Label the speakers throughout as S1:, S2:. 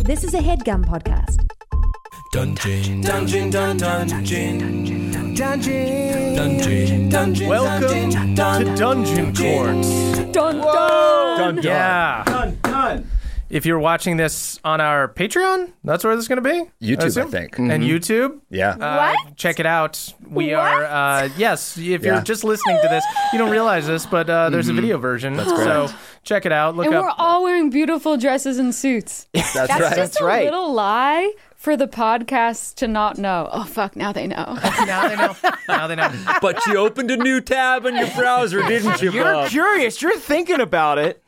S1: This is a headgum podcast.
S2: Dungeon.
S3: Dungeon, dun, dungeon. Dungeon.
S2: Dungeon.
S3: Dungeon.
S4: Welcome
S3: dungeon, dun,
S4: to Dungeon Court.
S1: Dun,
S4: Dun, dun.
S2: Yeah.
S4: Dun, dun. If you're watching this on our Patreon, that's where this is going to be.
S2: YouTube, I
S4: assume.
S2: think. Mm-hmm.
S4: And YouTube.
S2: Yeah.
S4: Uh,
S1: What?
S4: check it out. We are uh, yes. If
S2: Yeah. Mm-hmm.
S4: you're just listening to this, you don't realize this, but uh, there's a video version. That's great. So check it out. Look
S5: And
S4: up.
S5: we're all wearing beautiful dresses and suits.
S2: that's, right.
S5: Just a little lie for the podcast to not know. Oh fuck, now they know.
S4: now they know. Now they know.
S2: but you opened a new tab in your browser, didn't you,
S6: You're
S2: Bob?
S6: curious. You're thinking about it.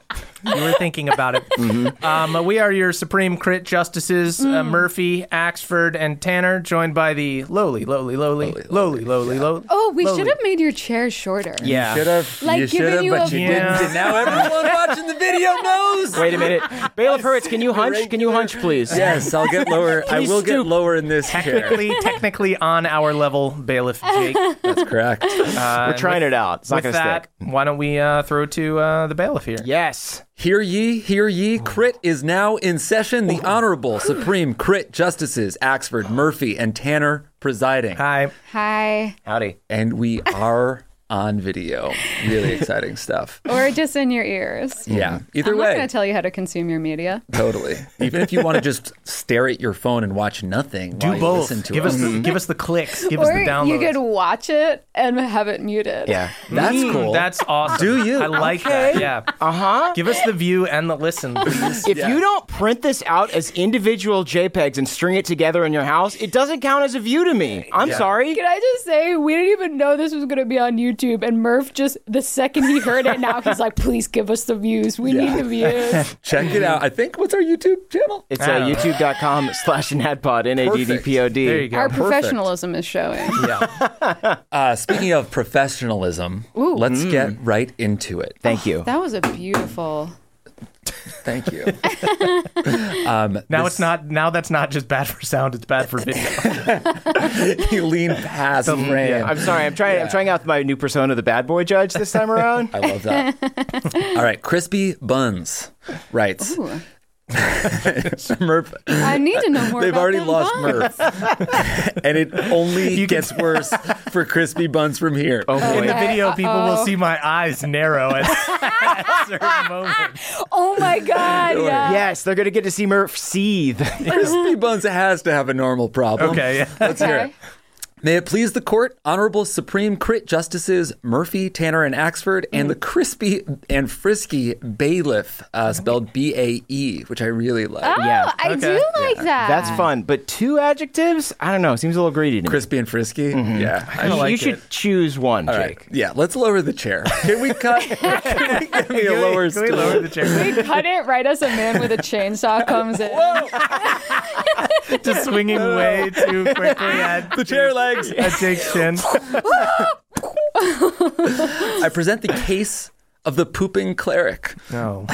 S4: you were thinking about it.
S2: Mm-hmm.
S4: Um, we are your Supreme Crit Justices, uh, Murphy, Axford, and Tanner, joined by the lowly, lowly, lowly, lowly, lowly, lowly.
S5: Oh, we
S4: lowly.
S5: should have made your chair shorter.
S4: Yeah.
S2: Should have.
S5: Like
S2: you should
S5: giving
S2: have,
S5: you
S2: but
S5: a-
S2: you
S4: Yeah.
S2: didn't. And now everyone watching the video knows.
S6: Wait a minute, Bailiff Hurwitz, can you hunch? Can you hunch, please?
S2: Yes, I'll get lower. I will get lower in this chair.
S4: Technically, technically on our level, bailiff Jake.
S2: That's correct.
S6: We're trying it out. It's not
S4: With
S6: going to
S4: that,
S6: stick.
S4: why don't we uh, throw to uh, the bailiff here?
S6: Yes.
S2: Hear ye, hear ye. Crit is now in session. The Honorable Supreme Crit Justices Axford, Murphy, and Tanner presiding.
S4: Hi.
S5: Hi.
S6: Howdy.
S2: And we are on video. Really exciting stuff.
S5: Or just in your ears.
S2: Yeah. Either
S5: I'm
S2: way.
S5: not gonna tell you how to consume your media.
S2: Totally. Even if you want to just stare at your phone and watch nothing, while
S4: Do
S2: you
S4: both.
S2: listen to Mm-hmm.
S4: Give
S2: it.
S4: us the, give us the clicks. Give us
S5: Or
S4: the downloads.
S5: you could watch it and have it muted.
S6: Yeah.
S2: That's
S4: Mm,
S2: cool.
S4: That's awesome.
S2: Do you?
S4: I like that. Yeah.
S6: Uh huh.
S4: Give us the view and the listen, please.
S6: If you don't print this out as individual JPEGs and string it together in your house, it doesn't count as a view to me. I'm sorry.
S5: Can I just say we didn't even know this was gonna be on YouTube and Murph just the second he heard it now he's like, please give us the views. We need the views.
S2: Check it out. I think what's our YouTube channel?
S6: It's
S4: I
S6: uh,
S4: don't know.
S6: youtube.com slash nadpod, N A D D P O D.
S4: There you go.
S5: Our professionalism is showing.
S2: Uh, speaking of professionalism, let's
S4: Mm.
S2: get right into it.
S6: Thank you.
S5: That was a beautiful
S2: Thank you.
S4: Now it's not. Now that's not just bad for sound. It's bad for video.
S2: you lean past the frame.
S6: I'm sorry. I'm trying. I'm trying out my new persona, the bad boy judge, this time around.
S2: I love that. All right, crispy buns writes.
S5: Ooh.
S2: Murph,
S5: I need to know more
S2: they've
S5: about
S2: already
S5: them
S2: lost
S5: buns.
S2: Murph, and it only
S4: You can-
S2: gets worse for crispy buns from here.
S6: Oh
S4: In
S6: boy.
S4: the video, people will
S5: uh-oh.
S4: see my eyes narrow at, at certain moments.
S5: Oh my god, yeah.
S6: Yes, they're gonna get to see Murph seethe.
S2: Crispy buns has to have a normal problem.
S4: Okay. yeah.
S2: Let's hear it. May it please the court, Honorable Supreme Crit Justices Murphy, Tanner, and Axford, and the crispy and frisky bailiff, uh, spelled B A E, which I really like.
S6: Yeah.
S5: I
S4: Okay.
S5: do like that.
S6: That's fun, but two adjectives? I don't know. Seems a little greedy to me.
S2: Crispy and frisky? Yeah.
S6: you,
S4: like
S6: you should
S4: it.
S6: choose one,
S2: All right.
S6: Jake.
S2: Yeah, let's lower the chair. Can we cut? Can we get me a lower
S4: Can we
S2: stool?
S4: lower the chair?
S5: We cut it right as a man with a chainsaw comes in.
S4: Just swinging way too quickly at
S2: The chair legs.
S4: at Jake's chin.
S2: I present the case of the pooping cleric.
S4: No.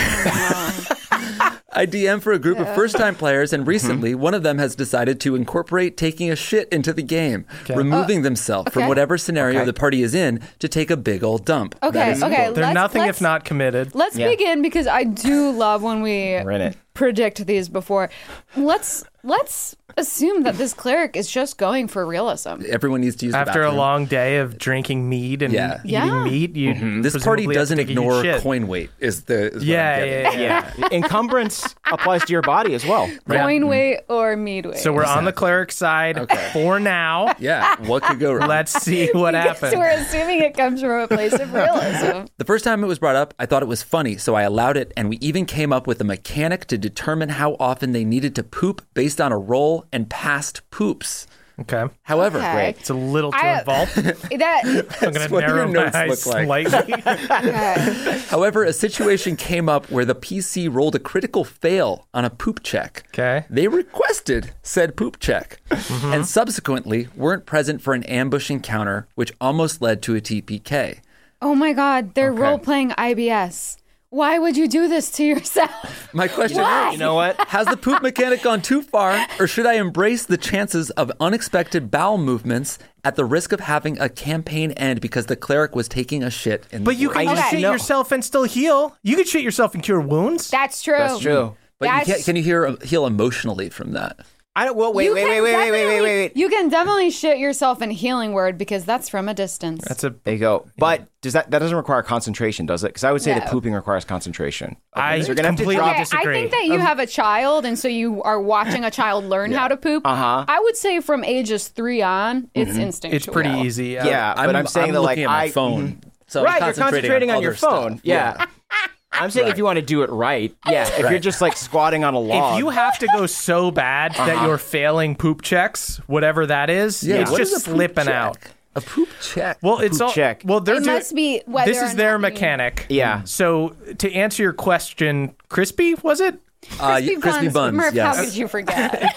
S2: I DM for a group of first time players,
S4: Mm-hmm.
S2: and recently one of them has decided to incorporate taking a shit into the game, removing themselves from
S5: Oh, okay.
S2: whatever scenario the party is in to take a big old dump. That
S5: Okay,
S2: is-
S5: okay.
S4: They're
S5: let's,
S4: nothing
S5: let's,
S4: if not committed.
S5: Let's begin because I do love when we
S6: We're in it.
S5: predict these before. Let's let's assume that this cleric is just going for realism.
S2: Everyone needs to use the
S4: After a
S2: bathroom.
S4: long day of drinking mead and
S2: Yeah. Mm-hmm.
S4: eating
S5: Yeah.
S4: meat, you
S2: This
S4: presumably
S2: party
S4: have to
S2: doesn't
S4: take a huge
S2: ignore
S4: shit.
S2: coin weight. Is the is what I'm
S4: Yeah,
S2: getting.
S4: yeah, yeah,
S6: Yeah. Encumbrance applies to your body as well.
S5: Coin weight or mead weight.
S4: Mm. So we're on the cleric side for now.
S2: yeah. What could go wrong?
S4: Let's see what happens.
S5: so we're assuming it comes from a place of realism.
S2: The first time it was brought up, I thought it was funny, so I allowed it, and we even came up with a mechanic to determine how often they needed to poop based on a roll and past poops.
S4: Okay.
S2: However,
S5: Okay.
S4: It's a little too
S5: I-
S4: involved.
S5: That
S4: I'm going to
S2: what your
S4: narrow my
S2: notes
S4: eyes
S2: look like.
S4: slightly.
S5: okay.
S2: however, a situation came up where the PC rolled a critical fail on a poop check.
S4: Okay. Mm-hmm.
S2: They requested said poop check and subsequently weren't present for an ambush encounter, which almost led to a TPK.
S5: Oh my God, they're role playing IBS. Why would you do this to yourself?
S2: My question
S5: Why?
S2: is
S6: You know what?
S2: Has the poop mechanic gone too far, or should I embrace the chances of unexpected bowel movements at the risk of having a campaign end because the cleric was taking a shit in
S4: But
S2: the
S4: you
S2: void?
S4: can
S6: I
S4: just
S5: Okay.
S4: shit
S6: know.
S4: yourself and still heal. You can shit yourself and cure wounds.
S5: That's true.
S6: That's true.
S2: But you
S5: That's-
S2: can't, can you hear, heal emotionally from that?
S6: I don't. Well, wait,
S5: You
S6: wait,
S5: can
S6: wait, wait, wait, wait, wait,
S5: definitely-
S6: wait, wait.
S5: You can definitely shit yourself in healing word because that's from a distance.
S4: That's a.
S6: There you go. But does that that doesn't require concentration, does it? Because I would say
S5: No.
S6: that pooping requires concentration.
S4: I
S6: so we're gonna have to
S4: completely
S6: drop-
S5: Okay, I
S4: disagree.
S5: think that you have a child, and so you are watching a child learn how to poop.
S6: Uh-huh.
S5: I would say from ages three on, it's instinctual.
S4: It's pretty easy. Uh, Yeah.
S6: Yeah, but I'm saying that like
S2: looking at my
S6: I-
S2: phone.
S6: mhm.
S2: So I'm
S6: right, you're concentrating on,
S2: other
S6: your phone.
S2: stuff.
S6: Yeah. I'm saying if you want to do it right, yeah. If you're just like squatting on a log,
S4: If you have to go so bad that you're failing poop checks, whatever that is,
S2: Uh-huh. Yeah,
S4: it's
S2: what is
S4: just
S2: a poop
S4: slipping
S2: check?
S4: out.
S2: A poop check.
S4: Well, it's
S6: poop
S4: all
S6: check.
S4: Well, they're
S5: It
S4: doing-
S5: must be whether
S4: This
S5: or
S4: is their
S5: not you-
S4: mechanic.
S6: Yeah.
S4: So to answer your question, crispy was it?
S2: Uh,
S5: Crispy
S2: yeah, crispy buns.
S5: Murph,
S2: yes.
S5: how could you forget?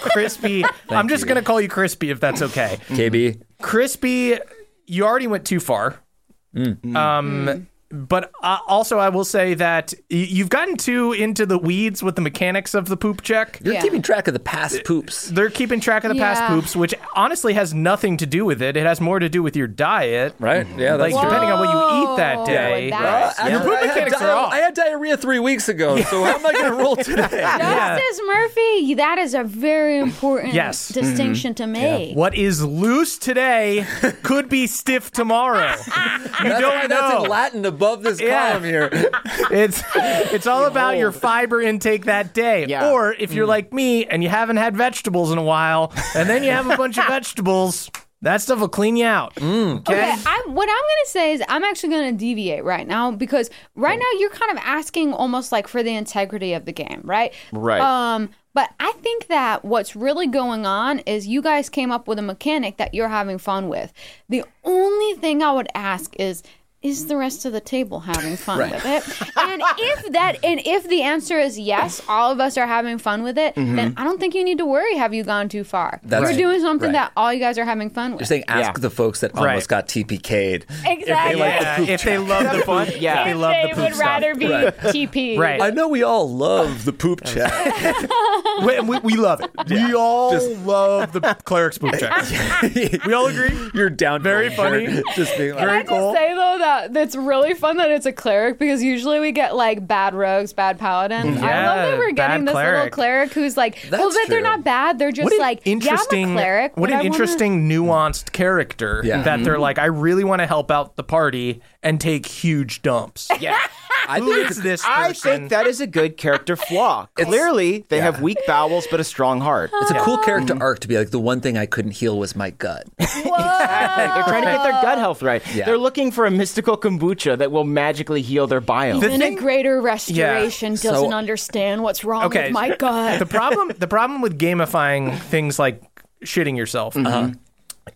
S4: Crispy. I'm just gonna call you crispy if that's okay.
S2: KB.
S4: crispy you already went too far
S2: Mm.
S4: um but uh, also i will say that y- you've gotten too into the weeds with the mechanics of the poop check
S2: You're
S5: Yeah.
S2: keeping track of the past poops.
S4: they're keeping track of the past
S5: Yeah.
S4: poops which honestly has nothing to do with it it has more to do with your diet
S2: Right? Yeah,
S4: like
S2: that's true.
S4: depending on what you eat that
S5: Whoa,
S4: day
S5: that's-
S6: Uh,
S2: I-
S4: your poop
S2: I, had
S4: mechanics
S2: di-
S4: are off
S2: I had diarrhea three weeks ago, so how am I going to roll today?
S5: Justice Murphy, that is a very important
S4: Yes.
S5: distinction to make.
S4: what is loose today could be stiff tomorrow you
S2: That's why
S4: don't
S2: that's
S4: know
S2: in Latin above this
S4: Yeah.
S2: column here.
S4: It's it's all about your fiber intake that day.
S6: Yeah.
S4: Or if you're like me and you haven't had vegetables in a while, and then you have a bunch of vegetables, that stuff will clean you out.
S5: Okay, I'm, what I'm gonna say is I'm actually gonna deviate right now because right now you're kind of asking almost like for the integrity of the game, right?
S6: Right.
S5: Um, but I think that what's really going on is you guys came up with a mechanic that you're having fun with. The only thing I would ask is. Is the rest of the table having fun with it? And if that, and if the answer is yes, all of us are having fun with it, then I don't think you need to worry. Have you gone too far?
S2: Mm-hmm. That's
S5: You're
S2: right.
S5: doing something
S2: Right.
S5: that all you guys are having fun with.
S2: You're saying ask
S6: Yeah.
S2: the folks that almost got TPK'd.
S5: Exactly.
S2: like the
S4: Yeah, if they love the
S6: fun?
S4: poop,
S6: Yeah.
S4: if they love the poop stuff.
S5: be TP.
S4: Right.
S2: I know we all love the poop check.
S4: we, we, we love it. We all love the cleric's poop check. we all agree.
S2: You're down.
S4: Very
S2: for
S4: funny.
S2: it. Just being
S5: Can I
S2: like,
S5: just say though that that's really fun that it's a cleric because usually we get like bad rogues, bad paladins. I love
S4: Yeah,
S5: that we're
S4: bad
S5: getting this little
S4: cleric.
S5: cleric who's like, well,
S2: That's
S5: that they're
S2: true.
S5: not bad. They're just
S4: What an
S5: like,
S4: interesting,
S5: yeah, I'm a cleric.
S4: what
S5: but
S4: an
S5: I wanna-"
S4: interesting, nuanced character
S2: Yeah. Mm-hmm.
S4: that they're like. I really want to help out the party and take huge dumps.
S6: yeah.
S2: I
S4: Who
S2: think
S4: is
S2: it's-
S4: this
S6: I
S4: person?
S6: think that is a good character flaw. Clearly, they have weak bowels but a strong heart.
S2: It's a cool character arc to be like, the one thing I couldn't heal was my gut.
S6: They're trying to get their gut health right.
S2: Yeah.
S6: They're looking for a mystical kombucha that will magically heal their biome.
S4: The
S5: Even a
S4: thing-
S5: greater restoration
S2: So-
S5: doesn't understand what's wrong
S4: Okay.
S5: with my gut.
S4: the problem the problem with gamifying things like shitting yourself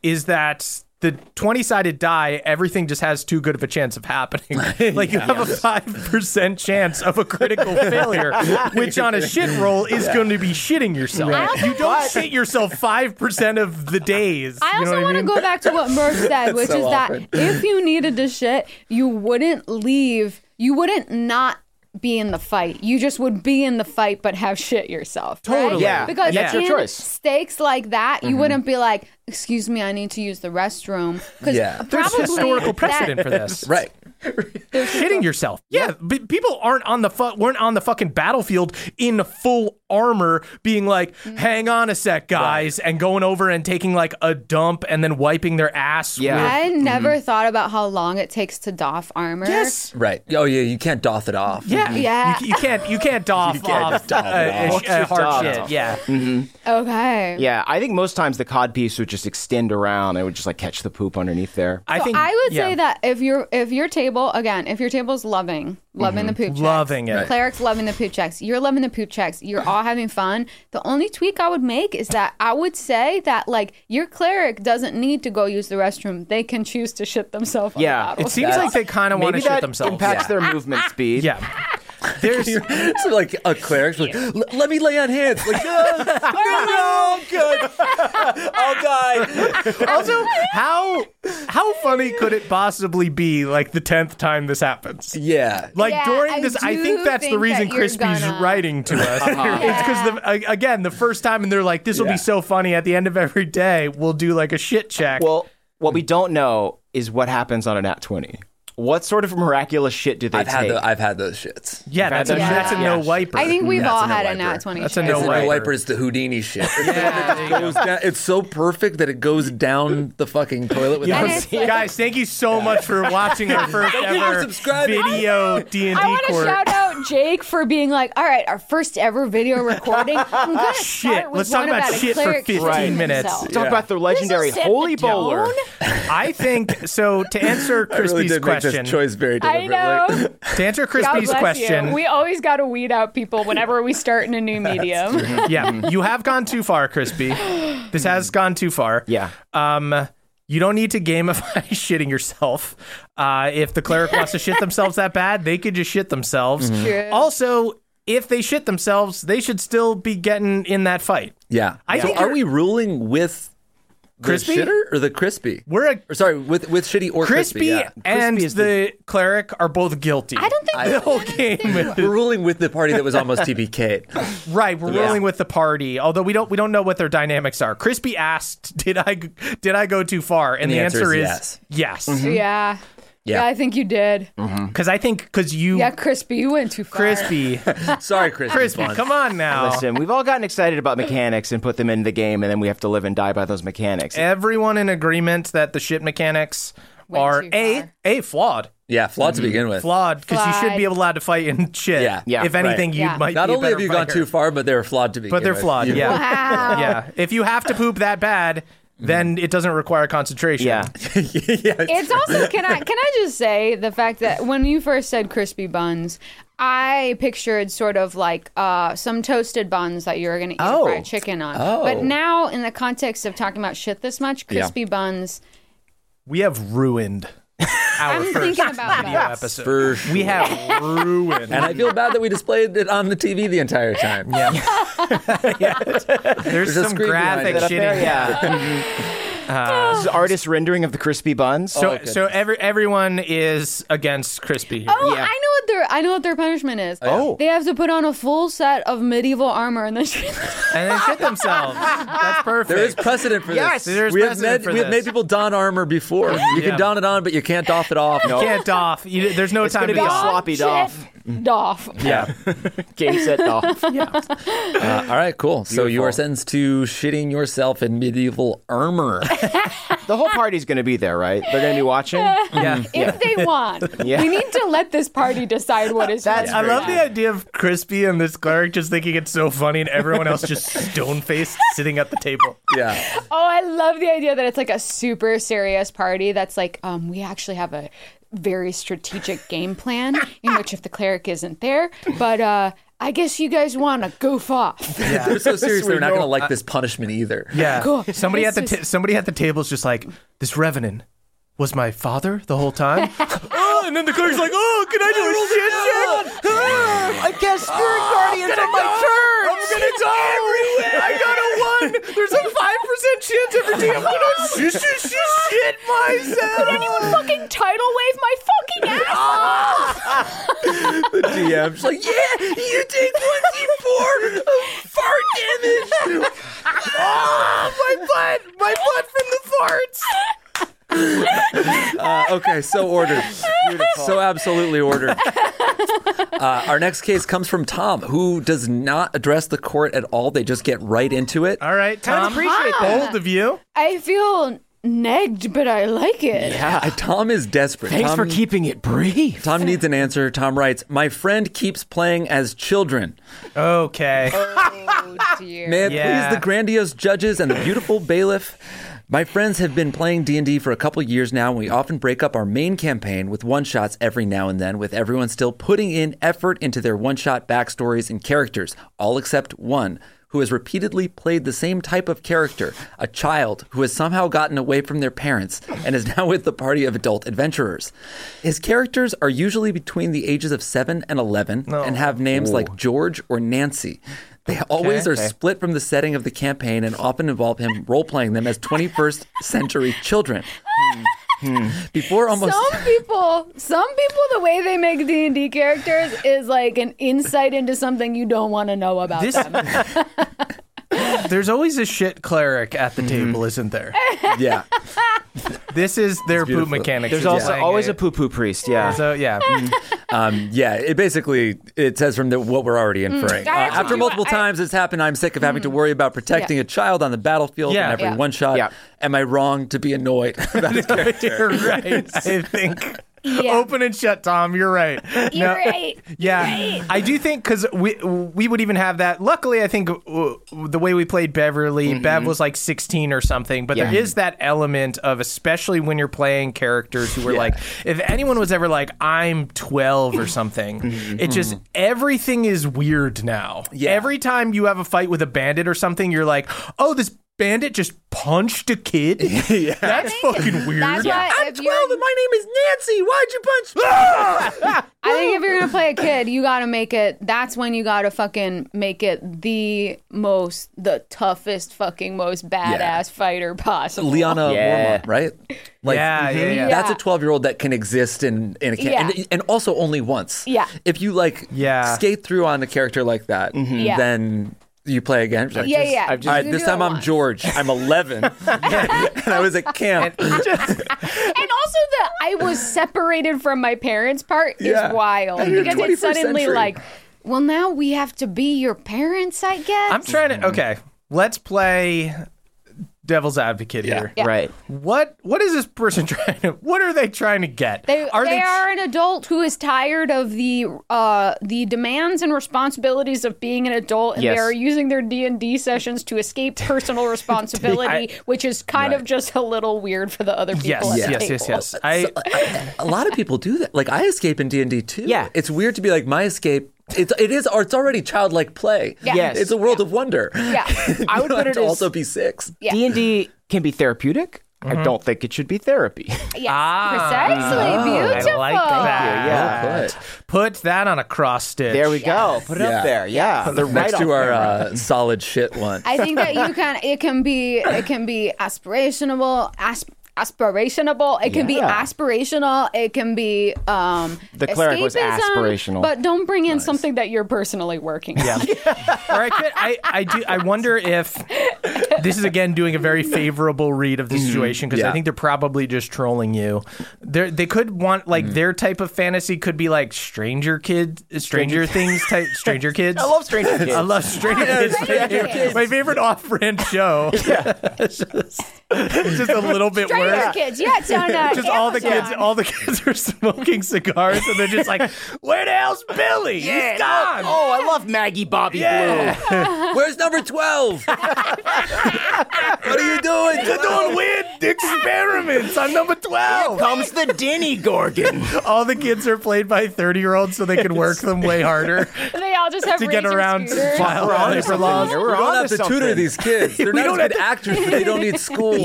S4: is that the 20 sided die, everything just has too good of a chance of happening. like you have a 5% chance of a critical failure, which on a shit roll is going to be shitting yourself.
S5: also
S4: You don't shit yourself 5% of the days.
S5: I
S4: you know
S5: also
S4: what
S5: want to
S4: mean?
S5: go back to what Murph said, which
S2: so
S5: is
S2: awkward.
S5: that if you needed to shit, you wouldn't leave. You wouldn't not be in the fight. You just would be in the fight, but have shit yourself. right?
S4: Totally.
S6: Yeah,
S5: Because
S6: and that's your
S5: in
S6: choice.
S5: stakes like that,
S4: Mm-hmm.
S5: you wouldn't be like, "Excuse me, I need to use the restroom." Because
S2: Yeah.
S4: There's
S5: probably
S4: historical
S5: that-
S4: precedent for this.
S2: Right.
S4: shitting yourself. Yeah, but people aren't on the fu- weren't on the fucking battlefield in full armor, being like, "Hang on a sec, guys," and going over and taking like a dump and then wiping their ass.
S6: Yeah.
S5: I
S4: Mm-hmm.
S5: never thought about how long it takes to doff armor.
S4: With- yes.
S2: Right. Oh, yeah, you can't doff it off.
S4: Yeah.
S5: Yeah.
S4: You, you can't. You can't doff
S2: can't
S4: off
S2: doff it
S4: uh,
S2: off.
S4: uh,
S6: What's your
S4: hard
S6: doff?
S4: shit. Yeah.
S5: Okay.
S6: yeah, I think most times the cod piece would just extend around and would just like catch the poop underneath there.
S4: I
S5: So
S4: think
S5: I would
S4: yeah.
S5: say that if your if your table again, if your table's loving, Loving the poop checks.
S4: Mm-hmm. Loving it. Right.
S5: Cleric's loving the poop checks. You're loving the poop checks. You're all having fun. The only tweak I would make is that I would say that like your cleric doesn't need to go use the restroom. They can choose to shit themselves. on the
S6: Yeah.
S5: bottle.
S4: It seems like they kind of want
S6: Maybe
S4: to shit
S6: that
S4: themselves.
S6: impacts their movement speed.
S4: yeah. There's
S2: so like a cleric's like, "L- let me lay on hands. Like, no, no, no, I'm good. I'll die.
S4: also how how funny could it possibly be like the tenth time this happens?
S2: Yeah.
S4: Like
S5: Yeah,
S4: during
S5: I
S4: this, I
S5: do
S4: think that's the
S5: think
S4: reason
S5: that you're
S4: Crispy's
S5: gonna-
S4: writing to us. It's because the a- again the first time, and they're like, "This will
S2: Uh-huh. Yeah.
S4: be so funny." At the end of every day, we'll do like a shit check.
S6: Well, what we don't know is what happens on a nat 20. What sort of miraculous shit do they
S2: I've
S6: take?
S2: had the, I've had those shits.
S4: yeah, that's a,
S6: Yeah.
S4: that's a no wiper.
S5: I think we've
S2: That's
S5: all
S2: a no
S5: had a
S2: wiper.
S5: nat twenty.
S4: That's a
S5: choice.
S4: no
S2: It's the
S4: wiper.
S2: wiper is the Houdini shit. It's, the one that just goes down- it's so perfect that it goes down the fucking toilet without
S5: And it's like-
S4: Guys, thank you so much for watching our first
S2: Thank you for
S4: ever
S2: subscribing.
S4: video D and
S5: I
S4: D
S5: want to
S4: course.
S5: shout out Jake for being like, all right, our first ever video recording. I'm gonna
S4: Shit,
S5: start with
S4: let's talk
S5: one
S4: about
S5: about, a
S4: shit for
S5: cleric
S4: 15
S5: shitting
S4: minutes.
S5: himself.
S6: Talk about the legendary
S5: This will set
S6: holy
S5: the tone.
S6: bowler.
S4: I think so. To answer
S2: I really
S4: Crispy's
S2: did make
S4: question,
S2: this choice very
S5: I
S2: deliberately.
S5: know.
S4: to answer
S5: God
S4: Crispy's
S5: bless
S4: question,
S5: you. We always got to weed out people whenever we start in a new medium.
S4: yeah, you have gone too far, Crispy. This has gone too far.
S6: Yeah.
S4: Um, you don't need to gamify shitting yourself. Uh, if the cleric wants to shit themselves that bad, they could just shit themselves.
S5: True.
S4: Also, if they shit themselves, they should still be getting in that fight.
S2: Yeah.
S4: I
S2: so
S4: think
S2: are
S4: you're-
S2: we ruling with the
S4: Crispy?
S2: shitter or the crispy?
S4: We're a
S2: or sorry, with with shitty or crispy.
S4: crispy,
S2: yeah.
S4: and
S6: Crispy is
S4: the, cleric are both guilty.
S5: I don't think
S4: the
S5: we
S4: whole
S5: can
S4: game. is-
S2: We're ruling with the party that was almost TPK.
S4: Right, we're rolling with the party. Although we don't we don't know what their dynamics are. Crispy asked, "Did I g- did I go too far?" And, the, answer, is yes.
S5: Yeah.
S2: Yeah.
S5: Yeah, I think you did.
S4: Because I think because you
S5: Yeah, crispy, you went too far.
S4: crispy
S2: Sorry, crispy.
S4: crispy,
S2: Fun.
S4: come on now.
S6: Listen, we've all gotten excited about mechanics and put them in the game, and then we have to live and die by those mechanics.
S4: Everyone in agreement that the shit mechanics
S5: Went
S4: are
S5: too
S4: a
S5: far.
S4: a flawed,
S2: Yeah, flawed to begin with.
S4: flawed because you should
S5: Flawed.
S4: be allowed to fight in shit.
S2: Yeah,
S6: yeah,
S4: if anything, you
S5: Yeah.
S4: might
S2: Not
S4: be a
S2: only have
S4: better
S2: you gone
S4: fighter.
S2: too far, but they're flawed to begin
S4: but they're
S2: with.
S4: flawed.
S2: You-
S4: Yeah,
S5: Wow.
S4: yeah. If you have to poop that bad,
S2: Mm-hmm.
S4: then it doesn't require concentration.
S6: yeah.
S5: It's also can I can I just say the fact that when you first said crispy buns, I pictured sort of like uh, some toasted buns that you were going to eat
S6: Oh.
S5: fried chicken on.
S2: Oh.
S5: But now, in the context of talking about shit this much, crispy buns.
S4: we have ruined our
S5: I'm
S4: first
S5: thinking about
S4: video
S5: that.
S4: episode.
S2: For sure.
S4: We have ruined.
S2: and I feel bad that we displayed it on the TV the entire time. Yeah.
S4: There's,
S2: a
S4: some
S2: screen behind
S4: graphic
S2: it.
S4: shit. in here.
S6: this is artist rendering of the crispy buns.
S4: Mm-hmm. Uh,
S6: Oh,
S4: So,
S2: Oh,
S4: so every everyone is against crispy. here.
S5: Oh,
S6: Yeah.
S5: I know what their I know what their punishment is.
S6: Oh.
S5: they have to put on a full set of medieval armor and then.
S4: and they shit themselves. That's perfect.
S2: There is precedent for
S4: Yes,
S2: this.
S4: there is
S2: we
S4: precedent
S2: have made,
S4: for
S2: we have
S4: this.
S2: made people don armor before. You
S4: Yeah.
S2: can don it on, but you can't doff it off.
S4: You can't doff. You, there's no time
S6: gonna
S4: to
S6: be
S4: doff.
S6: sloppy doff.
S5: Doff.
S4: Yeah.
S6: Game set off.
S2: Uh, all right, cool. So you
S6: Beautiful.
S2: are sentenced to shitting yourself in medieval armor.
S6: The whole party's going to be there, right? They're going to be watching.
S4: yeah.
S5: If they want,
S6: Yeah.
S5: we need to let this party decide what is.
S6: That's
S4: I
S5: right.
S4: love the idea of Crispy and this cleric just thinking it's so funny and everyone else just stone faced sitting at the table.
S2: yeah.
S5: Oh, I love the idea that it's like a super serious party that's like, um, we actually have a very strategic game plan in which if the cleric isn't there, but uh I guess you guys want to goof off.
S2: They're so serious they're not going to like this punishment either.
S4: Yeah.
S5: Cool.
S4: Somebody at
S5: This
S4: the t- somebody at the table's just like, this revenant was my father the whole time. oh, and then the cleric's like, oh, can I do a shit check? Ah,
S6: I cast Spirit Guardians on my turn!
S4: gonna go everywhere. I got a one. There's a five percent chance every day I'm gonna shit, shit, shit, shit myself.
S5: Could anyone fucking tidal wave my fucking ass?
S2: The DM's like, yeah, you take 1d4 of fart damage.
S4: Ah, my butt, my butt from the farts.
S2: Uh, okay, so ordered. So absolutely ordered. Uh, our next case comes from Tom, who does not address the court at all. They just get right into it. Uh,
S4: All right,
S6: Kind
S4: Tom.
S6: of appreciate that.
S4: Bold of you.
S5: I feel negged, but I like it.
S2: Uh, Tom is desperate.
S6: Thanks for
S2: Tom-
S6: keeping it brief.
S2: Tom needs an answer. Tom writes, My friend keeps playing as children.
S4: Okay.
S5: Dear.
S2: May it
S4: Yeah.
S2: please the grandiose judges and the beautiful bailiff My friends have been playing D&D for a couple years now, and we often break up our main campaign with one-shots every now and then, with everyone still putting in effort into their one-shot backstories and characters, all except one who has repeatedly played the same type of character, a child who has somehow gotten away from their parents and is now with the party of adult adventurers. His characters are usually between the ages of 7 and 11 and have names like George or Nancy. They always are split from the setting of the campaign and often involve him role playing them as 21st century children. Before almost
S5: Some people, some people, the way they make D and D characters is like an insight into something you don't want to know about
S4: This-
S5: them.
S4: There's always a shit cleric at the
S6: Mm-hmm.
S4: table, isn't there?
S2: yeah.
S4: This is their boot mechanics.
S6: There's
S4: that
S6: also
S4: playing
S6: always
S4: it.
S6: a poo poo priest. Yeah.
S4: So yeah,
S2: Um, yeah, it basically it says from the, what we're already inferring.
S5: I
S2: Uh,
S5: actually
S2: after
S5: do-
S2: multiple
S5: I-
S2: times it's happened, I'm sick of having to worry about protecting a child on the battlefield
S4: Yeah.
S2: in every
S5: Yeah.
S2: one shot.
S6: Yeah.
S2: Am I wrong to be annoyed about his character?
S4: you're right. I think.
S5: Yeah.
S4: Open and shut, Tom. You're right.
S5: You're
S4: No-
S5: right.
S4: Yeah, I do think because we we would even have that. Luckily, I think uh, the way we played Beverly, Bev was like 16 or something. But there
S6: Yeah.
S4: is that element of, especially when you're playing characters who were like, if anyone was ever like, I'm 12 or something, it just everything is weird now.
S2: Yeah.
S4: Every time you have a fight with a bandit or something, you're like, oh, this bandit just punched a kid. yeah. That's fucking weird.
S5: That's why
S2: I'm
S5: if
S2: 12
S5: you're,
S2: and my name is Nancy. Why'd you punch me?
S5: I think if you're gonna play a kid, you gotta make it. That's when you gotta fucking make it the most, the toughest, fucking most badass fighter possible.
S2: Liana
S6: Yeah.
S2: Warma, right? Like, mm-hmm.
S4: Yeah, yeah, yeah.
S2: That's a
S5: Yeah.
S2: 12 year old that can exist in, in a can-
S5: Yeah.
S2: and, and also only once.
S5: Yeah.
S2: If you like
S4: Yeah. Mm-hmm.
S2: skate through on a character like that,
S5: Yeah.
S2: then you play again. It's like,
S5: Yeah, yeah.
S6: I've just-
S2: All right,
S5: You
S2: this
S5: do it
S2: time I'm
S5: once.
S2: George. I'm 11. and I was at camp.
S5: And also the I was separated from my parents part
S2: Yeah.
S5: is wild
S2: And you're
S5: because
S2: 21st
S5: it's suddenly
S2: century.
S5: like, well, now we have to be your parents, I guess.
S4: I'm trying to. Okay, let's play devil's advocate here.
S5: Yeah.
S6: Right.
S4: What what is this person trying to? What are they trying to get?
S5: They
S4: are
S5: they,
S4: tr-
S5: are an adult who is tired of the uh, the demands and responsibilities of being an adult, and
S6: Yes.
S5: they are using their D and D sessions to escape personal responsibility, which is kind of just a little weird for the other people.
S4: Yes, yes,
S5: at the
S4: yes, yes,
S5: table.
S4: yes. I
S2: a lot of people do that. Like I escape in D and D too.
S6: Yeah.
S2: it's weird to be like my escape. It's it is it's already childlike play.
S5: Yeah.
S6: Yes.
S2: it's a world of wonder.
S5: Yeah.
S2: You
S6: I would
S2: don't have
S6: put it
S2: to
S6: as-
S2: also be six.
S5: Yeah.
S6: D and D can be therapeutic.
S4: Mm-hmm.
S6: I don't think it should be therapy.
S5: Yes, precisely. Beautiful.
S4: Ah. oh, I like that.
S6: Yeah.
S2: But
S4: Put that on a cross stitch.
S6: There we go. Put it
S2: Yeah.
S6: up there. Yeah. They're right
S2: next
S6: off
S2: to our
S6: there.
S2: uh, solid shit one.
S5: I think that you can. It can be. It can be aspirational. As, aspirationable. It can
S6: Yeah.
S5: be aspirational. It can be. um
S6: The cleric was
S5: escapism,
S6: aspirational.
S5: But don't bring in something that you're personally working. Yeah.
S4: or I could I, I do I wonder if this is again doing a very favorable read of the
S6: Mm-hmm.
S4: situation because I
S2: Yeah.
S4: think they're probably just trolling you. They they could want like
S6: Mm.
S4: their type of fantasy could be like Stranger Kid, Stranger Things type Stranger Kids.
S6: I love Stranger Kids.
S4: I love Stranger Kids. My favorite, my favorite off-brand show. It's just, it's just a little bit
S5: Stranger
S4: worse.
S5: kids. Yeah, it's on. Uh,
S4: Just all the
S5: Amazon.
S4: kids, all the kids are smoking cigars, and they're just like, "Where the hell's Billy? He's gone."
S6: Oh, I love Maggie Bobby
S4: Yeah.
S6: Blue.
S2: Where's number twelve? what are you doing?
S4: They're doing weird experiments. I'm number 12.
S6: Comes the Denny Gorgon.
S4: All the kids are played by 30 year olds so they can work them way harder
S5: They all just have
S4: to get
S5: razor
S4: around
S5: scooters.
S4: child
S6: We're on to
S4: labor
S6: something
S4: laws.
S6: here. We're
S2: We don't
S6: on
S2: have to
S6: something.
S2: tutor these kids. They're not
S4: don't
S2: as good actors, but they don't need school.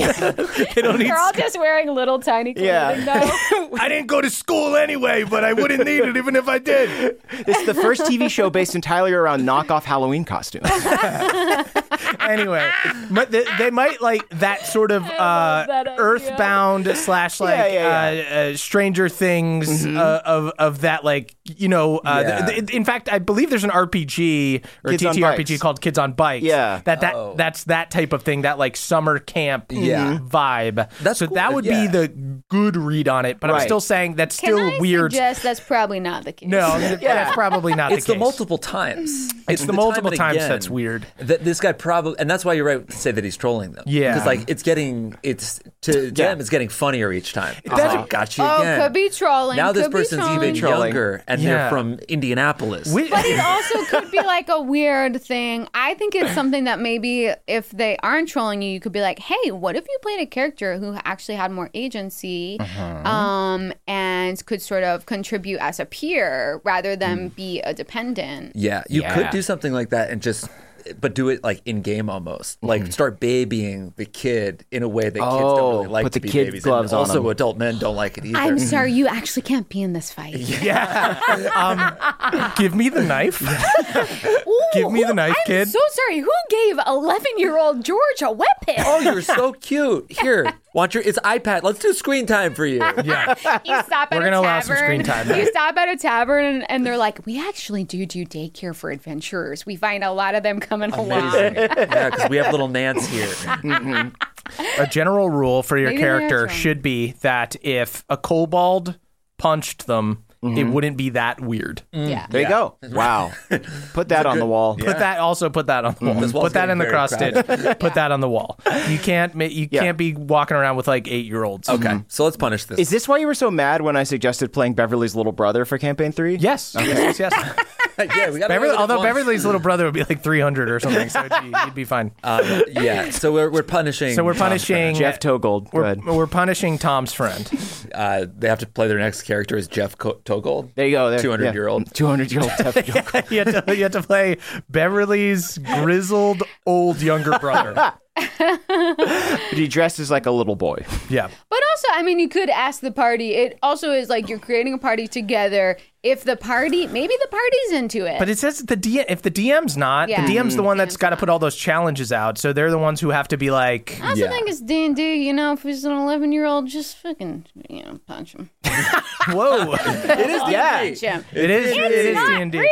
S4: They don't need
S5: They're all just wearing little tiny clothing
S6: Yeah.
S5: though.
S4: I didn't go to school anyway, but I wouldn't need it even if I did.
S6: It's the first TV show based entirely around knockoff Halloween costumes.
S4: Anyway, but they, they might like that sort of uh,
S5: love that idea.
S4: earthbound slash like
S6: Yeah, yeah,
S4: Uh, uh, Stranger Things uh, of of that like you know. Uh,
S2: Yeah.
S4: th- th- in fact, I believe there's an RPG or
S6: Kids on
S4: TTRPG
S6: Bikes.
S4: called Kids on Bikes.
S6: Yeah.
S4: that that that's that type of thing. That like summer camp
S2: Yeah.
S4: vibe.
S2: That's
S4: so
S2: cool.
S4: that would be
S2: Yeah.
S4: the good read on it. But I'm
S6: Right.
S4: still saying that's
S5: Can
S4: still
S5: I
S4: weird.
S5: suggest that's probably not the case?
S4: no, that's probably not
S2: It's
S4: the
S2: the,
S4: case.
S2: multiple times. It's,
S4: the
S2: time
S4: multiple
S2: and
S4: times
S2: again
S4: that's weird.
S2: That this guy probably, and that's why you're right to say that he's trolling them.
S4: Yeah.
S2: because like it's getting it's to them it's getting funnier each time. It's like, got you
S5: Oh,
S2: again.
S5: could be trolling,
S2: Now this
S5: could be
S2: person's even
S5: trolling.
S6: Trolling.
S2: younger, and
S4: Yeah.
S2: they're from Indianapolis.
S4: We-
S5: But it also could be like a weird thing. I think it's something that maybe if they aren't trolling you, you could be like, "Hey, what if you played a character who actually had more agency,
S4: Uh-huh.
S5: um, and could sort of contribute as a peer rather than
S4: Mm.
S5: be a dependent?"
S2: Yeah, you
S6: Yeah.
S2: could do something like that and just, but do it like in game almost. Like start babying the kid in a way that kids don't
S6: Mm-hmm. Oh,
S2: really like
S6: put
S2: to
S6: the
S2: be
S6: kid
S2: babies.
S6: gloves
S2: and
S6: on
S2: also,
S6: 'em.
S2: adult men don't like it either.
S5: I'm sorry, you actually can't be in this fight.
S4: Give me the knife. Give me the
S5: who-
S4: knife,
S5: I'm
S4: kid.
S5: So sorry. Who gave 11 year old George a weapon?
S2: Oh, you're so cute. Here, want your it's iPad. Let's do screen time for you.
S4: yeah.
S5: you stop at
S4: We're gonna
S5: a tavern.
S4: allow some screen time
S5: You
S4: back.
S5: stop at a tavern, and, and they're like, "We actually do do daycare for adventurers. We find a lot of them coming along."
S2: yeah, because we have little Nance here.
S6: Hmm.
S4: A general rule for your
S5: Maybe they're
S4: character
S5: trolling.
S4: should be that if a kobold punched them,
S2: Mm-hmm.
S4: it wouldn't be that weird.
S5: Yeah.
S6: There you go. Wow. Put that on the wall.
S4: Put that also put that on the wall.
S2: Mm-hmm. This wall's
S4: Put that in the
S2: getting very
S4: cross stitch. Put that on the wall. You can't ma- you
S6: Yeah.
S4: can't be walking around with like Mm-hmm. 8-year-olds.
S2: Okay, so let's punish this.
S6: Is this why you were so mad when I suggested playing Beverly's Little Brother for campaign three?
S4: Yes. Yes, yes, yes.
S2: yeah, we got
S4: Beverly, although Beverly's little brother would be like 300 or something, so it'd be, you'd be fine.
S2: Um, yeah, so we're, we're punishing.
S4: so we're
S2: Tom's
S4: punishing
S2: friend.
S6: Jeff Togold.
S4: We're,
S6: Good.
S4: we're punishing Tom's friend.
S2: Uh, they have to play their next character as Jeff Co- Togold.
S6: There you go. There.
S2: Two hundred year old.
S6: Two hundred year old Jeff Togold.
S4: you, have to, you have to play Beverly's grizzled old younger brother.
S6: But he dresses like a little boy.
S4: Yeah.
S5: But also, I mean, you could ask the party. It also is like you're creating a party together. If the party, maybe the party's into it.
S4: But it says the D- if the DM's not,
S5: Yeah.
S4: the DM's the one that's
S5: DM's
S4: got to put all those challenges out. So they're the ones who have to be like,
S5: I also think it's D and D. You know, if it's an 11 year old, just fucking you know punch him.
S4: whoa.
S2: It is
S5: Punch him.
S4: it is it is
S5: not
S4: D&D.
S5: real.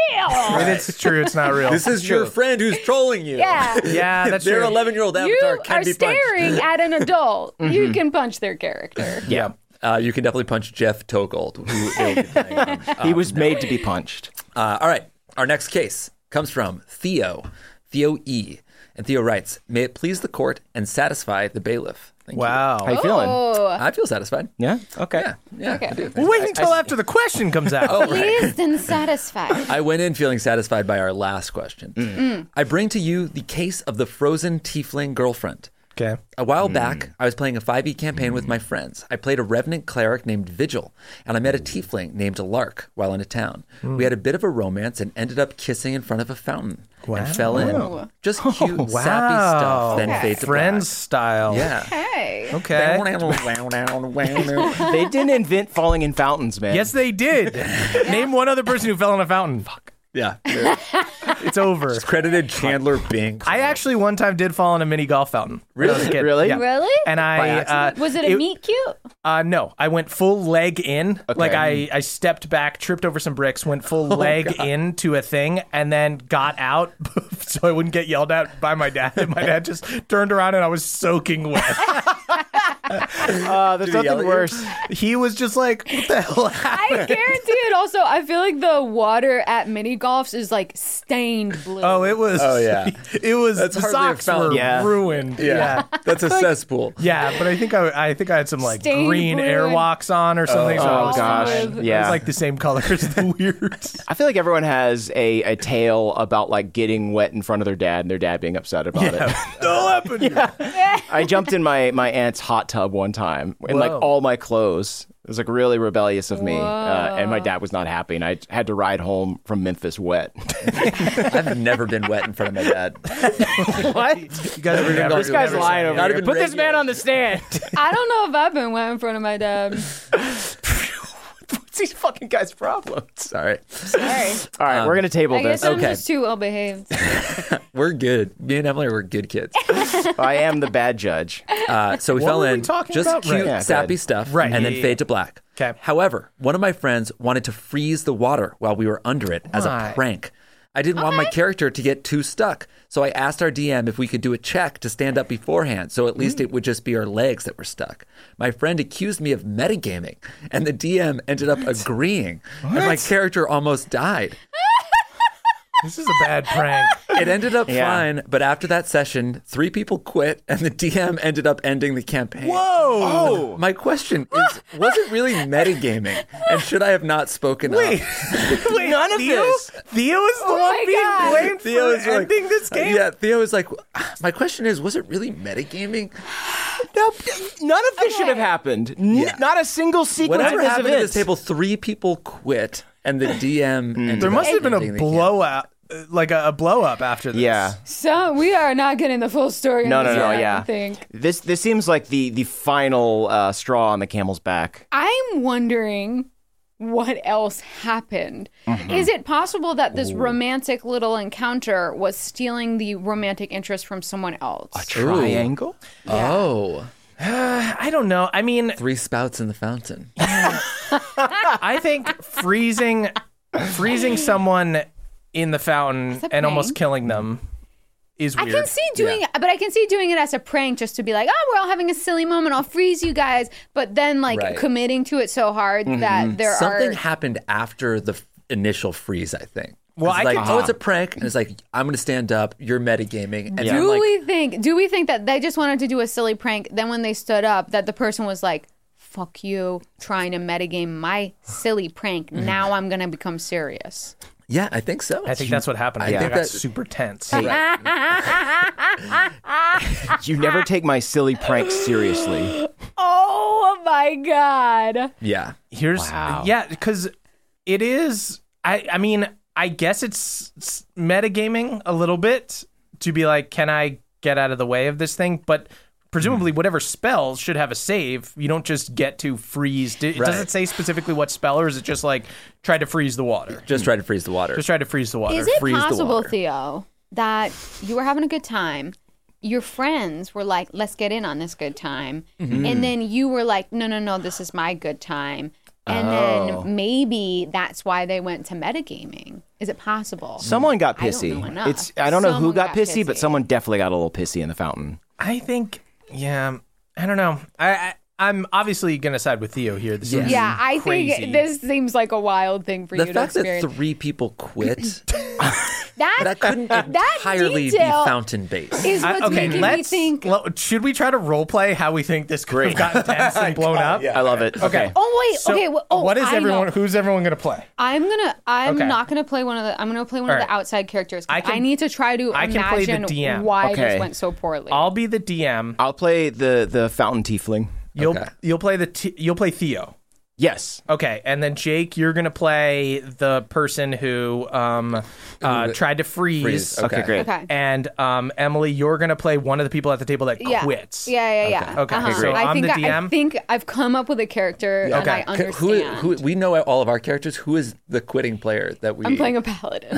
S4: It is true. It's not real.
S2: This is your friend who's trolling you.
S5: Yeah.
S4: yeah, Oh, that's
S2: Their
S4: true.
S2: 11 year old avatar
S5: You
S2: can
S5: are
S2: be punched.
S5: staring at an adult.
S4: Mm-hmm.
S5: You can punch their character.
S4: Yeah.
S2: Uh, you can definitely punch Jeff Togold. Who they'll be playing him.
S6: he was made to be punched.
S2: uh, all right. Our next case comes from Theo, Theo E. And Theo writes, May it please the court and satisfy the bailiff. Thank you.
S4: Wow.
S6: How you feeling?
S5: Oh,
S2: I feel satisfied.
S6: Yeah. Okay.
S2: Yeah. Yeah. I Oh. do.
S4: Well, Wait until after the question comes out.
S5: pleased and satisfied.
S2: I went in feeling satisfied by our last question. I bring to you the case of the frozen tiefling girlfriend.
S4: Okay.
S2: A while back,
S4: Hmm.
S2: I was playing a 5e campaign with my friends. I played a revenant cleric named Vigil, and I met a
S4: Hmm.
S2: tiefling named Lark while in a town. We had a bit of a romance and ended up kissing in front of a fountain and fell in. Just cute, sappy stuff, then fades to
S4: Friends style.
S2: black. Yeah.
S5: Hey.
S4: Okay.
S6: they didn't invent falling in fountains, man.
S4: Yes, they did. Name one other person who fell in a fountain. Fuck.
S2: yeah. yeah.
S4: It's over.
S2: Credited Chandler Bing.
S4: I actually one time did fall in a mini golf fountain. when I was a
S2: Really?
S4: kid.
S6: Really?
S4: Yeah.
S5: Really?
S4: And I uh,
S5: was it a meet cute?
S4: Uh, no, I went full leg in. Like I, I stepped back, tripped over some bricks, went
S2: Oh,
S4: full leg into a thing, and then got out so I wouldn't get yelled at by my dad. And my dad just turned around and I was soaking wet.
S6: Uh, there's
S2: yell at
S6: nothing
S2: you?
S6: worse.
S4: he was just like, "What the hell?" happened?"
S5: I guarantee it. Also, I feel like the water at mini golfs is like stained blue.
S4: Oh, it was.
S2: Oh, yeah.
S4: it was.
S2: That's
S4: the
S2: hardly a
S4: socks
S2: fountain.
S4: were
S6: Yeah.
S4: ruined. yeah.
S2: That's a cesspool.
S4: Yeah, but I think I, I think I had some like
S5: Stained
S4: green
S5: blue
S4: airwalks on or something. so I
S6: Oh
S4: was,
S6: gosh.
S5: Olive.
S4: I was
S6: Yeah.
S4: like the same color as the weird.
S6: I feel like everyone has a, a tale about like getting wet in front of their dad and their dad being upset about it.
S4: no happened. Yeah.
S6: I jumped in my, my aunt's hot tub one time in like
S4: Whoa.
S6: all my clothes. It was like really rebellious of me, uh, and my dad was not happy, and I had to ride home from Memphis wet.
S2: I've never been wet in front of my dad.
S6: what?
S4: You guys are never,
S6: This guy's
S2: Never
S6: lying
S2: said
S6: over
S2: that.
S6: here.
S2: Not even
S6: Put this man
S2: radio.
S6: on the stand.
S5: I don't know if I've been wet in front of my dad.
S6: What's these fucking guys' problems?
S2: Sorry.
S5: Sorry.
S6: All right, we're gonna table
S5: I guess
S6: this.
S5: I'm
S2: Okay.
S5: just too well behaved.
S2: We're good. Me and Emily were good kids.
S6: I am the bad judge.
S2: Uh, so we
S4: What
S2: fell
S4: were we
S2: in
S4: talking
S2: just
S4: about?
S2: cute,
S4: Right.
S6: Yeah,
S2: sappy
S6: good.
S2: stuff,
S4: Right.
S2: and then
S4: Yeah, yeah,
S2: fade to black.
S4: 'Kay.
S2: However, one of my friends wanted to freeze the water while we were under it as a
S4: Why?
S2: prank. I didn't want my character to get too stuck, so I asked our DM if we could do a check to stand up beforehand, so at least
S4: Hmm.
S2: it would just be our legs that were stuck. My friend accused me of metagaming, and the DM ended up agreeing, and my character almost died.
S4: This is a bad prank.
S2: It ended up
S6: Yeah.
S2: fine, but after that session, three people quit, and the DM ended up ending the campaign.
S4: Oh.
S6: Whoa!
S2: My question is, was it really metagaming? And should I have not spoken
S4: Wait,
S2: up?
S4: wait,
S6: None of
S4: Theo?
S6: this.
S4: Theo is the one being blamed for
S2: was like-
S4: ending this
S2: uh,
S4: game.
S2: yeah, Theo is like, my question is, was it really metagaming?
S6: No, none of this should have happened. N- Not a single sequence
S2: Whatever
S6: of this
S2: happened
S6: event.
S2: at this table, three people quit, and the DM. ended
S4: There
S2: up
S4: must have been
S2: ending
S4: a
S2: the game.
S4: blowout, uh, like a, a blow up after this.
S6: Yeah.
S5: So we are not getting the full story. on
S6: No, no,
S5: this
S6: no.
S5: yet,
S6: Yeah.
S5: I think.
S6: This this seems like the the final uh, straw on the camel's back.
S5: I'm wondering what else happened. Is it possible that this romantic little encounter was stealing the romantic interest from someone else?
S6: Triangle.
S2: Oh,
S4: I don't know. I mean,
S2: three spouts in the fountain.
S4: I think freezing freezing someone in the fountain and
S5: that
S4: almost
S5: prank?
S4: killing them is
S5: I
S4: weird.
S5: can see doing it, but I can see doing it as a prank just to be like, oh, we're all having a silly moment. I'll freeze you guys. But then, like,
S2: Right. Mm-hmm.
S5: committing to it so hard that there
S2: Something
S5: are.
S2: happened after the f- initial freeze, I think.
S4: Well,
S2: It's
S4: I
S2: like,
S4: could-
S2: oh, it's a prank, and it's like I'm going to stand up. You're metagaming, and
S6: Yeah.
S2: then
S5: do
S2: like,
S5: we think? Do we think that they just wanted to do a silly prank? Then when they stood up, that the person was like, "Fuck you, trying to metagame my silly prank.
S2: Mm-hmm.
S5: Now I'm gonna become serious."
S2: yeah, I think so.
S4: I think that's what happened.
S2: I
S4: I think
S2: think
S4: got
S2: that-
S4: super tense.
S6: You never take my silly prank seriously.
S5: Oh my god!
S2: Yeah,
S4: Here's
S6: Wow.
S4: yeah, because it is. I I mean, I guess it's, it's metagaming a little bit to be like, can I get out of the way of this thing? But
S2: Hmm.
S4: presumably, whatever spells should have a save. You don't just get to freeze. Do-
S2: Right.
S4: Does it say specifically what spell, or is it just like try to freeze the water?
S2: just try to freeze the water.
S4: Just try to freeze the water.
S5: Is it
S2: freeze the
S5: possible,
S2: water.
S5: Theo, that you were having a good time? Your friends were like, "Let's get in on this good time," and then you were like, "No, no, no, this is my good time." And then maybe that's why they went to metagaming. Is it possible?
S6: Someone got
S5: I don't know
S6: pissy.
S5: enough.
S6: it's I don't know who
S5: Someone
S6: got,
S5: got
S6: pissy, but
S5: pissy.
S6: someone definitely got a little pissy in the fountain.
S4: I think. Yeah, I don't know. I. I I'm obviously gonna side with Theo here. This is
S5: Yeah, I
S4: crazy.
S5: think this seems like a wild thing for
S2: the
S5: you to
S2: fact that
S5: experience.
S2: three people quit,
S5: that
S2: that couldn't
S5: That
S2: entirely be
S5: detail
S2: fountain based.
S5: is
S4: I-
S5: what's making me
S4: let's.
S5: think.
S4: lo- should we try to role play how we think this could have gotten tense and blown up?
S6: I love it. Okay.
S5: oh wait,
S4: So
S5: okay. Well, oh,
S4: what is
S5: I
S4: everyone?
S5: Know.
S4: Who's everyone going to play?
S5: I'm gonna. I'm
S4: Okay.
S5: not gonna play one of the. I'm gonna play one of
S4: Alright.
S5: the outside characters. 'cause
S4: I
S5: I,
S4: can-
S5: need to try to
S4: I can play the
S5: imagine
S4: DM.
S5: why
S6: Okay.
S5: this went so poorly.
S4: I'll be the DM.
S6: I'll play the the fountain tiefling.
S4: You'll
S2: Okay.
S4: you'll play the t- you'll play Theo.
S6: Yes.
S4: Okay, and then Jake, you're going to play the person who um uh, tried to freeze.
S2: Freeze,
S6: Okay.
S2: Okay.
S6: Great.
S5: okay.
S4: And um Emily, you're going to play one of the people at the table that
S5: yeah.
S4: quits.
S5: Yeah, yeah, yeah.
S4: Okay, so
S5: I
S4: I'm
S5: think
S4: the
S5: I, I
S4: DM?
S5: think I've come up with a character and
S4: Okay.
S5: I
S2: C-
S5: understand.
S2: Who, who we know all of our characters. Who is the quitting player that we?
S5: I'm playing a paladin.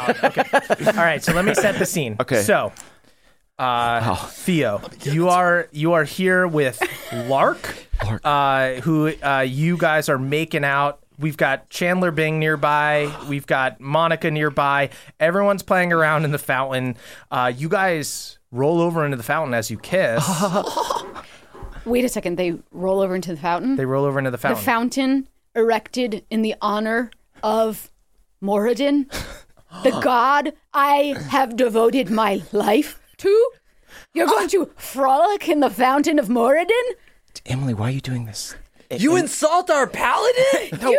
S4: All right, so let me set the scene.
S6: Okay.
S4: So, uh, Theo, you are you are here with Lark, Uh, who uh, you guys are making out. We've got Chandler Bing nearby. We've got Monica nearby. Everyone's playing around in the fountain. Uh, you guys roll over into the fountain as you kiss.
S5: Wait a second. They roll over into the fountain.
S4: they roll over into the
S5: the
S4: fountain.
S5: fountain erected in the honor of Moradin, the god I have devoted my life to. You're going to frolic in the fountain of Moradin?
S6: Emily, why are you doing this?
S2: You insult our paladin?
S5: you,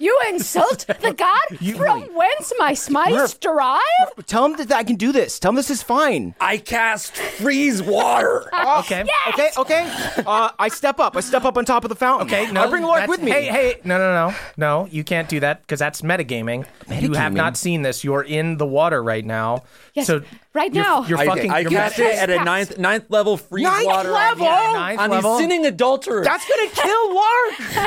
S5: you insult the god from whence my smites derive?
S6: Tell him that I can do this. Tell him this is fine.
S2: I cast freeze water.
S4: okay.
S6: Okay, okay. Uh, I step up. I step up on top of the fountain.
S4: Okay, no,
S6: I bring Lark
S4: that's-
S6: with me.
S4: Hey, hey, no, no, no, no! You can't do that because that's metagaming. You have
S6: Metagaming?
S4: not seen this. You're in the water right now.
S5: Yes,
S4: so
S5: right
S4: you're-
S5: now.
S4: you're
S2: I,
S4: fucking.
S2: I
S4: you're
S2: cast
S4: meta-
S2: it at a ninth ninth level freeze
S6: Ninth
S2: water.
S6: level?
S2: On, the-
S4: Ninth
S2: on the
S4: level?
S2: sinning adulterer.
S6: That's gonna kill Lark.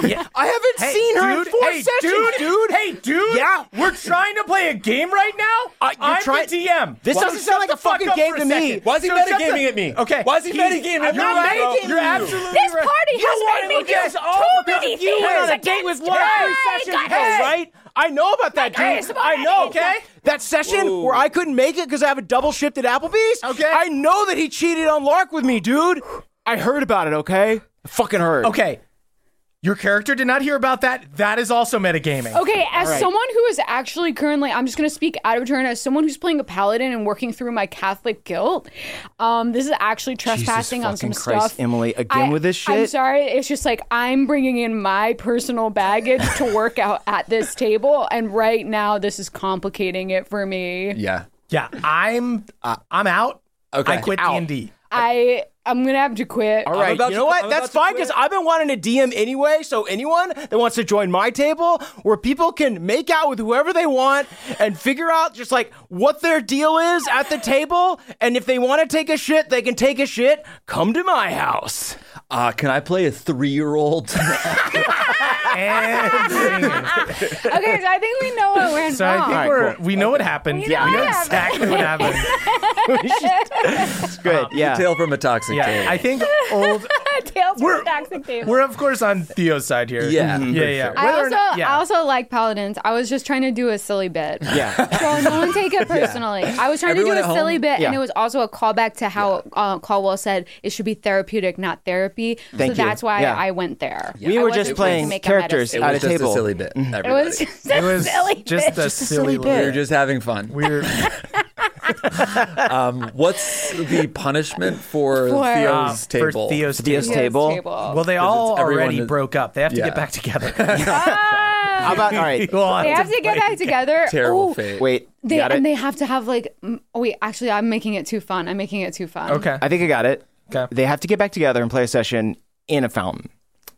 S4: Yeah.
S6: I haven't
S4: Hey,
S6: seen her
S4: dude,
S6: in four
S4: hey,
S6: sessions,
S4: dude,
S6: dude.
S4: Hey, dude!
S6: Yeah.
S4: we're trying to play a game right now.
S6: Uh, you're
S4: I'm
S6: trying-
S4: the DM.
S6: This
S4: So
S6: doesn't
S4: shut
S6: sound like
S4: the
S6: a fucking
S4: fuck up
S6: game
S4: for a
S6: to me.
S4: second.
S2: Why is he
S4: So shut
S2: metagaming
S4: the-
S2: at me?
S4: Okay,
S2: Why is he
S4: He's-
S2: metagaming?
S4: I'm
S2: You're
S4: not
S2: right, bro.
S4: metagaming. You're
S2: You.
S4: absolutely
S5: This
S4: right.
S5: party
S4: You
S5: has
S4: wanna
S5: made me
S4: look at
S5: do
S4: us all
S5: too many
S4: because You went on a
S5: things
S4: date with
S5: against
S4: Lark
S5: her.
S4: three
S5: My
S4: sessions ago,
S5: goodness.
S4: right?
S6: right? I know about that,
S5: goodness,
S6: dude. I know.
S5: Moretti.
S6: Okay. That session where I couldn't make it because I have a double shift at Applebee's.
S4: Okay.
S6: I know that he cheated on Lark with me, dude. I heard about it. Okay. I fucking heard.
S4: Okay. Your character did not hear about that. That is also metagaming.
S5: Okay, as
S6: right.
S5: someone who is actually currently, I'm just going to speak out of turn. As someone who's playing a paladin and working through my Catholic guilt, um, this is actually trespassing on some
S6: fucking Christ,
S5: stuff.
S6: Emily,
S5: I-
S6: again with this
S5: I'm
S6: shit?
S5: sorry. It's just like I'm bringing in my personal baggage to work out at this table, and right now this is complicating it for me.
S7: Yeah.
S4: Yeah, I'm I'm out.
S7: okay.
S4: I quit D
S6: Uh, Out.
S4: and D.
S5: I I'm gonna have to quit.
S6: All right,
S7: about to
S6: you know
S7: qu-
S6: what?
S7: I'm
S6: That's
S7: about to
S6: fine because I've been wanting a DM anyway. So anyone that wants to join my table, where people can make out with whoever they want and figure out just like what their deal is at the table, and if they want to take a shit, they can take a shit. Come to my house.
S7: Uh, can I play a three-year-old?
S4: And
S5: Okay, so I think we know what went
S4: so I
S5: wrong.
S4: think
S6: right,
S4: we're
S6: cool.
S4: we know what happened.
S5: We know what happened.
S4: exactly what happened.
S6: it's good. Yeah.
S7: Tale from a toxic
S4: Yeah,
S7: cave.
S4: I think old.
S5: Tales from
S4: We're-
S5: the toxic table.
S4: We're of course on Theo's side here. Mm-hmm.
S7: Yeah, Mhm.
S4: yeah,
S7: for
S4: yeah.
S7: sure.
S5: I
S4: Whether or
S5: also,
S4: not- yeah.
S5: I also like paladins. I was just trying to do a silly bit.
S6: Yeah.
S5: So no one take it personally. I was trying
S7: Everyone
S5: to
S7: at
S5: do
S7: home?
S5: a silly bit, and
S6: Yeah.
S5: it was also a callback to how uh, Caldwell said it should be therapeutic, not therapy.
S6: Thank
S5: so
S6: you.
S5: that's why
S6: Yeah.
S5: I went there.
S6: We
S5: I
S6: were
S5: wasn't trying to
S6: just playing
S5: make a
S6: characters
S5: medicine.
S6: at a
S7: It was just a
S6: table.
S7: silly bit.
S5: It
S7: everybody.
S5: was just a
S4: Mm-hmm. it was
S5: silly bit.
S4: just a silly,
S6: silly
S7: we
S6: bit.
S7: were just having fun.
S4: Weird.
S7: What's the punishment for,
S5: For, uh,
S7: Theo's
S4: for
S7: table?
S4: um, Theo's
S6: Theo's
S5: Yes,
S4: table.
S6: table.
S4: Well, they all
S7: everyone
S4: already
S7: is-
S4: broke up. They have to
S7: Yeah.
S4: get back together.
S5: Ah!
S6: How about all right?
S4: You all
S5: they
S4: have
S5: have to get back together.
S7: Terrible
S4: Oh,
S5: Ooh,
S7: fate.
S6: Wait.
S5: They,
S6: got it.
S5: and they have to have like. mm, Wait, actually, I'm making it too fun. I'm making it too fun.
S4: okay.
S6: I think I got it.
S4: Okay.
S6: They have to get back together and play a session in a fountain.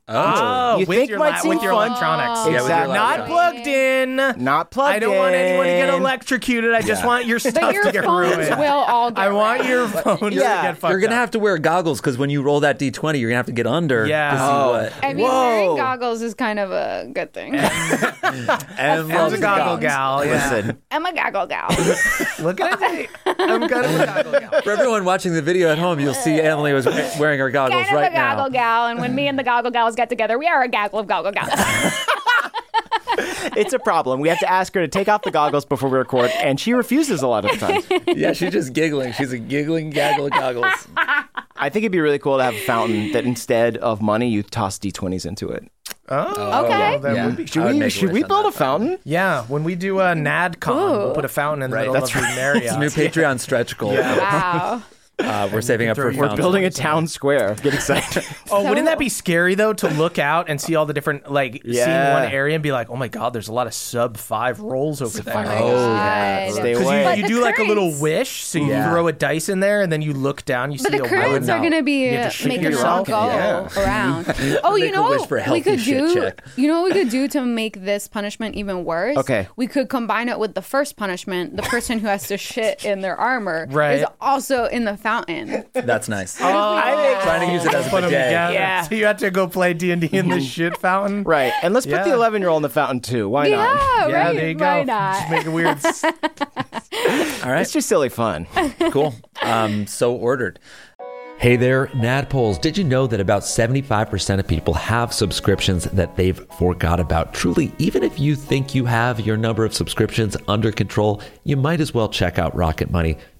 S4: Oh,
S6: You
S4: with
S6: think
S4: your,
S6: might
S4: la-
S6: seem
S4: with your
S6: fun.
S4: electronics.
S6: Yeah, with your
S4: Not
S6: electronics.
S4: plugged in.
S6: Not plugged
S4: I don't want anyone to get
S6: in.
S4: electrocuted. I just want your stuff
S5: your
S4: to get
S5: phones
S4: ruined.
S5: will all get
S4: I want
S5: ruined.
S4: your phones
S6: Yeah.
S4: to get fucked
S7: You're gonna
S4: up.
S7: have to wear goggles because when you roll that d20, you're gonna have to get under.
S4: Yeah.
S7: To see
S4: Oh.
S7: what.
S5: I mean,
S6: Whoa.
S5: wearing goggles is kind of a good thing.
S7: Em
S4: I'm
S7: loves
S4: a goggle
S7: goggles.
S4: gal. Yeah.
S6: Listen,
S5: I'm a goggle gal.
S4: Look at me. I'm kind of a goggle gal.
S7: For everyone watching the video at home, you'll see Emily was wearing her goggles
S5: kind of
S7: right
S5: a goggle
S7: now.
S5: gal, and when me and the goggle gals get together, we are a gaggle of goggle gals.
S6: it's a problem. We have to ask her to take off the goggles before we record, and she refuses a lot of the time.
S7: Yeah, she's just giggling. She's a giggling gaggle of goggles.
S6: I think it'd be really cool to have a fountain that instead of money, you toss d20s into it.
S4: Oh,
S5: Okay.
S4: well, that
S7: Yeah.
S4: would be.
S7: I
S6: Should
S7: would
S6: we,
S7: make
S6: should
S7: wish
S6: we
S7: on
S6: build
S7: that
S6: a fountain?
S4: Yeah, when we do a NADCON, we'll put a fountain in the middle
S6: that's
S4: of the Marriott.
S7: New Patreon stretch goal.
S5: Wow.
S7: Uh, we're saving up for
S4: We're
S7: fountains.
S6: Building a town square. Get excited.
S4: Oh, wouldn't that be scary though to look out and see all the different like
S6: Yeah.
S4: seeing one area and be like, oh my god, there's a lot of sub five rolls over there.
S7: Oh,
S5: God.
S6: Stay
S4: Because
S6: away.
S5: But
S4: you, you
S5: the
S4: do like a little
S5: currents-
S4: wish, so you
S6: Yeah.
S4: throw a dice in there and then you look down, you
S5: But
S4: see
S5: the
S4: a
S5: currents are
S4: woman.
S5: going to be uh,
S4: You have to shoot
S5: making it all
S4: yourself.
S5: go around. Oh, you
S7: Make a
S5: know
S7: wish
S5: what
S7: for
S5: we
S7: healthy
S5: could
S7: shit
S5: do?
S7: check.
S5: You know what we could do to make this punishment even worse?
S6: Okay.
S5: We could combine it with the first punishment. The person who has to shit in their armor
S4: Right.
S5: is also in the fountain.
S7: That's nice.
S6: I
S7: Trying to use it as a
S4: Put 'em
S7: bidet.
S4: together.
S5: Yeah.
S4: So you have to go play D and D in the shit fountain.
S6: Right. And let's put the
S4: Yeah.
S6: 11 year old in the fountain too. Why
S5: Yeah,
S6: not?
S5: Oh, right.
S4: Yeah, there you go.
S5: Why
S4: Just
S5: not?
S4: make a weird. s-
S7: All right.
S6: It's just silly fun.
S7: cool. Um, so ordered.
S2: Hey there, Nadpoles. Did you know that about 75% of people have subscriptions that they've forgot about? Truly, even if you think you have your number of subscriptions under control, you might as well check out Rocket Money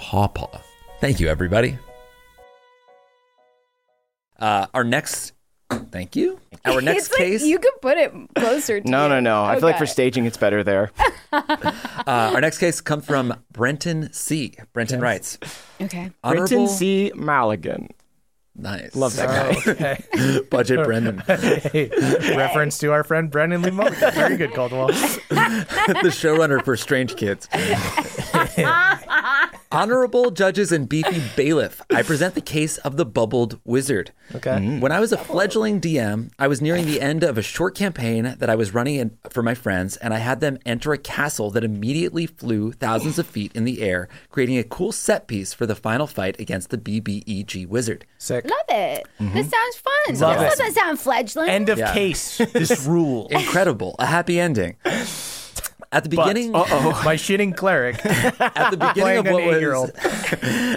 S8: pawpaw. Thank you, everybody.
S2: Uh, our next, thank you. Our next
S5: it's like
S2: case,
S5: you could put it closer to
S6: No,
S5: you.
S6: no, no. I feel like for
S5: Okay.
S6: staging, it's better there.
S2: uh, our next case comes from Brenton C. Brenton writes,
S5: Okay.
S2: honorable,
S6: Brenton C. Maligan.
S2: nice,
S6: Love that guy.
S4: Okay.
S2: budget, Brendan.
S4: Hey, reference to our friend Brendan Lee Mulligan. Very good, Caldwell.
S2: the showrunner for Strange Kids. Honorable judges and beefy bailiff, I present the case of the bubbled wizard. Mm-hmm.
S4: Okay.
S2: When I was a fledgling DM, I was nearing the end of a short campaign that I was running in for my friends, and I had them enter a castle that immediately flew thousands of feet in the air, creating a cool set piece for the final fight against the BBEG wizard.
S4: Sick.
S5: Love it. This sounds fun.
S4: Mm-hmm. Love
S5: this
S4: it.
S5: doesn't sound fledgling.
S4: End of
S2: Yeah.
S4: case. This rule.
S2: Incredible, a happy ending. At the beginning,
S4: oh. My shitting cleric.
S2: at the beginning of
S4: Playing an
S2: what was
S4: eight-year-old.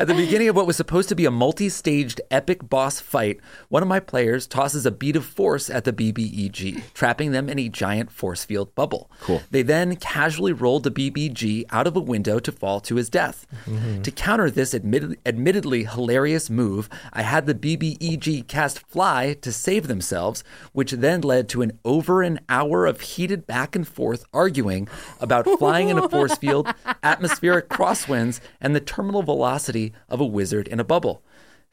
S2: At the beginning of what was supposed to be a multi staged epic boss fight, one of my players tosses a bead of force at the BBEG, trapping them in a giant force field bubble. Cool. They then casually roll the BBG out of a window to fall to his death.
S4: Mm-hmm.
S2: To counter this admitted, admittedly hilarious move, I had the BBEG cast Fly to save themselves, which then led to an over an hour of heated back and forth arguing about flying in a force field, atmospheric crosswinds, and the terminal velocity of a wizard in a bubble.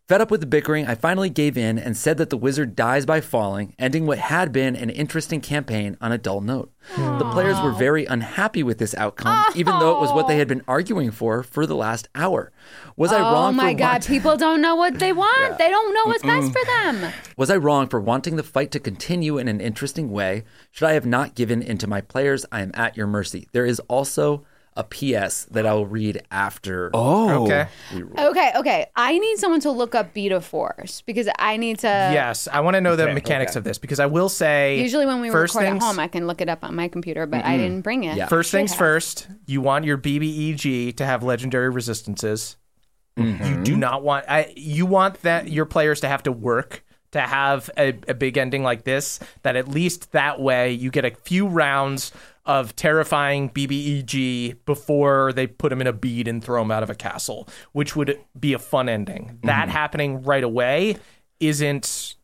S2: Fed up with the bickering, I finally gave in and said that the wizard dies by falling, ending what had been an interesting campaign on a dull note. The players were very unhappy with this outcome, even though it was what they had been arguing for for the last hour. Was I
S5: oh
S2: wrong
S5: my
S2: for
S5: God,
S2: want-
S5: people don't know what they want. They don't know what's best for them.
S2: Was I wrong for wanting the fight to continue in an interesting way? Should I have not given in to my players? I am at your mercy. There is also a PS that I will read after.
S6: Oh.
S4: Okay.
S5: Okay, okay. I need someone to look up Beta Force because I need to.
S4: Yes, I want to know the mechanics of this because I will say
S5: Uh, Usually when we
S4: first
S5: record
S4: things,
S5: at home, I can look it up on my computer, but I didn't bring it.
S2: Yeah.
S4: First
S5: Should
S4: things
S5: have.
S4: first, you want your BBEG to have legendary resistances. You do not want I, you want that your players to have to work to have a, a big ending like this. That at least that way you get a few rounds of terrifying BBEG before they put him in a bead and throw him out of a castle, which would be a fun ending. That happening right away isn't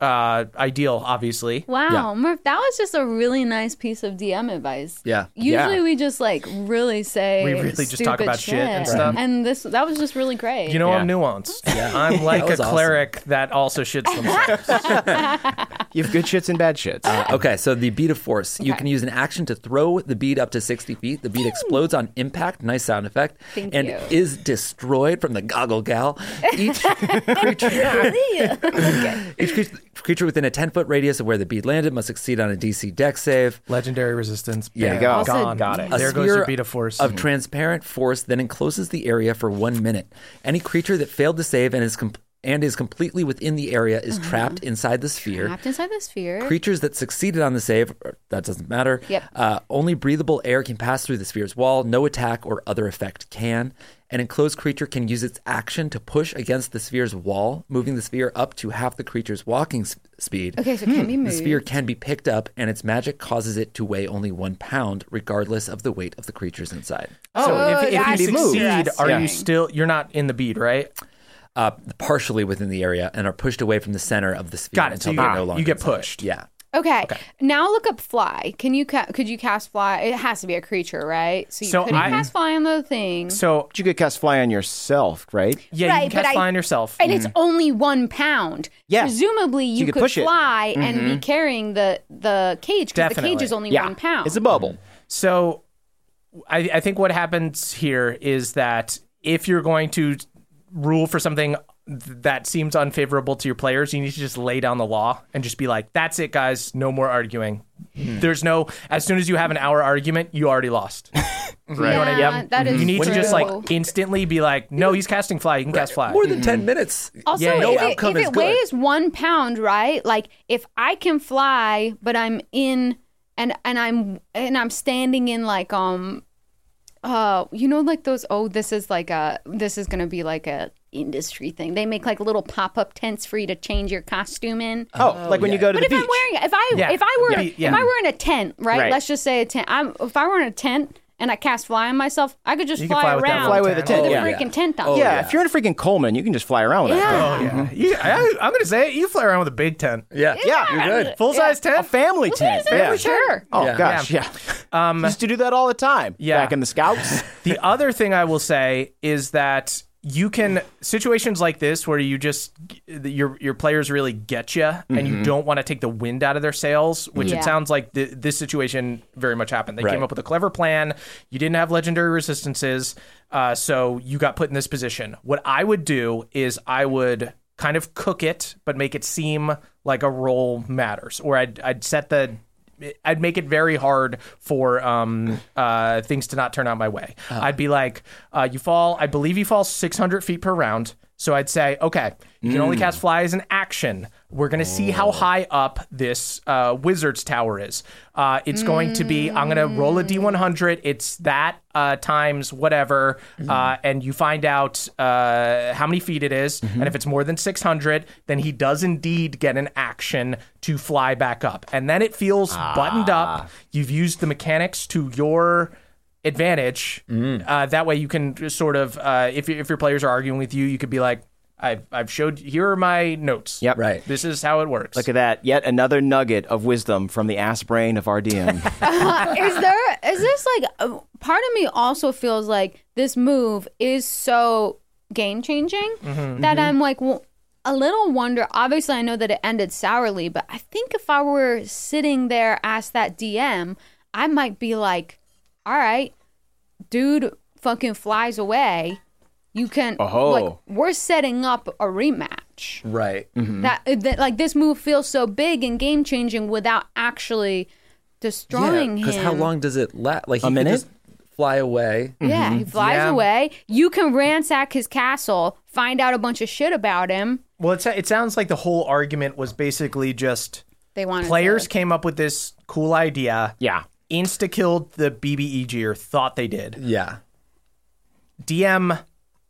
S4: uh, ideal, obviously.
S5: Wow, Murph, that was just a really nice piece of DM advice.
S2: Yeah.
S5: Usually
S6: Yeah.
S5: we just like really say
S4: We really just talk
S5: stupid
S4: about shit and stuff.
S5: And this that was just really great.
S4: You know,
S2: Yeah.
S4: I'm nuanced. I'm like
S2: That
S4: a
S2: was awesome.
S4: cleric that also shits themselves.
S6: You have good shits and bad shits.
S2: Okay, so the bead of force. You
S5: Okay.
S2: can use an action to throw the bead up to 60 feet. The bead explodes on impact. Nice sound effect.
S5: Thank
S2: and
S5: you.
S2: is destroyed from the goggle gal. Each creature, each cre- creature within a 10 foot radius of where the bead landed must succeed on a DC deck save.
S4: Legendary resistance.
S2: Yeah.
S4: bam,
S6: There you go.
S4: Gone.
S6: Got it.
S2: A
S4: There goes your
S2: sphere
S4: beat of force.
S2: Of transparent force then encloses the area for one minute. Any creature that failed to save and is com- and is completely within the area is trapped inside the sphere.
S5: Mm-hmm. Trapped inside the sphere.
S2: Creatures that succeeded on the save, or- that doesn't matter.
S5: Yep.
S2: Uh, only breathable air can pass through the sphere's wall. No attack or other effect can. An enclosed creature can use its action to push against the sphere's wall, moving the sphere up to half the creature's walking s- speed.
S5: okay, so it
S4: Hmm,
S5: can be
S2: The
S5: moved.
S2: sphere can be picked up, and its magic causes it to weigh only one pound, regardless of the weight of the creatures inside.
S4: oh, if, if
S5: that's
S4: you succeed, are
S5: interesting.
S4: you still? You're not in the bead, right?
S2: Uh, partially within the area, and are pushed away from the center of the sphere
S4: Got it. So
S2: until
S4: you
S2: they're
S4: get-
S2: no longer.
S4: you get
S2: inside it.
S4: pushed.
S2: Yeah.
S5: Okay. Now look up fly. Can you ca- could you cast fly? It has to be a creature, right? So you
S4: So
S5: couldn't
S4: I-
S5: cast fly on the thing.
S4: So
S6: But you could cast fly on yourself, right?
S4: yeah, you
S5: Right,
S4: can
S5: but
S4: cast
S5: I-
S4: fly on yourself. Mm-hmm.
S5: and it's only one pound.
S6: Yeah.
S5: Presumably, you,
S6: could
S5: could,
S6: push it.
S5: fly and be carrying the the cage
S4: Mm-hmm.
S5: because the cage
S4: Definitely.
S5: is only
S6: Yeah.
S5: one pound.
S6: It's a bubble.
S4: So I, I think what happens here is that if you're going to rule for something that seems unfavorable to your players, you need to just lay down the law and just be like, that's it, guys. No more arguing.
S6: Hmm.
S4: There's no, as soon as you have an hour argument, you already lost.
S5: yeah, that
S6: Mm-hmm.
S5: is
S4: You need to
S5: true.
S4: just like instantly be like, no, he's casting fly. You can cast fly.
S2: More than 10 minutes.
S5: Also,
S4: Yeah,
S2: no
S5: if it,
S2: outcome
S5: if
S2: is
S5: it
S2: good.
S5: weighs one pound, right? Like if I can fly, but I'm in and and I'm and I'm standing in like um, uh, you know, like those. Oh, this is like a this is gonna be like a industry thing. They make like little pop up tents for you to change your costume in.
S6: Oh, like when you go to
S5: But
S6: the
S5: if
S6: beach.
S5: I'm wearing, if I
S4: Uh, Yeah.
S5: if I were
S4: Yeah. Yeah.
S5: if I were in a tent, right?
S6: Right.
S5: Let's just say a tent. I'm if I were in a tent and I cast fly on myself, I could just
S4: You can
S5: fly,
S4: fly with that
S5: around
S4: fly
S6: with the
S5: with
S6: tent,
S5: the
S6: yeah.
S5: freaking tent on.
S6: yeah, if you're in a freaking Coleman, you can just fly around with that.
S5: Oh, Yeah.
S6: thing.
S4: Oh, yeah. You- I, I'm going to say it. You fly around with a big tent.
S2: Yeah.
S6: Yeah,
S2: You're good.
S4: Full size
S6: A
S4: tent.
S6: family tent. Yeah.
S5: Sure.
S6: Oh
S2: Yeah.
S6: gosh, yeah. Used to do that all the time.
S4: Yeah.
S6: back in the Scouts.
S4: The other thing I will say is that you can situations like this where you just your your players really get you and you don't want to take the wind out of their sails, which
S5: Yeah.
S4: it sounds like th- this situation very much happened. They
S2: Right.
S4: came up with a clever plan. You didn't have legendary resistances, uh, so you got put in this position. What I would do is I would kind of cook it, but make it seem like a role matters, or I'd I'd set the I'd make it very hard for um, uh, things to not turn out my way. I'd be like, uh, you fall, I believe you fall 600 feet per round. So I'd say, okay, you can only cast fly as an action. We're going to see how high up this uh, wizard's tower is. Uh, it's going to be, I'm going to roll a D100. It's that uh, times whatever. Uh, and you find out uh, how many feet it is, And if it's more than 600, then he does indeed get an action to fly back up. And then it feels buttoned up. You've used the mechanics to your advantage. Uh, that way you can just sort of, uh, if, if your players are arguing with you, you could be like, I've, I've showed, here are my notes.
S6: Yep.
S2: Right.
S4: This is how it works.
S6: Look at that. Yet another nugget of wisdom from the ass brain of our DM.
S5: is there is this like uh, part of me also feels like this move is so game changing that I'm like well, a little wonder. Obviously, I know that it ended sourly, but I think if I were sitting there as that DM, I might be like, "All right, dude, fucking flies away. You can
S6: Oh-ho.
S5: like we're setting up a rematch."
S2: Right.
S5: that, uh, that like this move feels so big and game changing without actually destroying
S2: Because
S5: him.
S2: how long does it last? Like, he
S6: A
S2: could
S6: minute?
S2: just fly away.
S5: Yeah, he flies
S4: Yeah.
S5: away. You can ransack his castle, find out a bunch of shit about him.
S4: Well, it, sa- it sounds like the whole argument was basically just
S5: They wanted
S4: players
S5: to-
S4: came up with this cool idea.
S6: yeah.
S4: Insta killed the BBEG or thought they did.
S2: Yeah.
S4: DM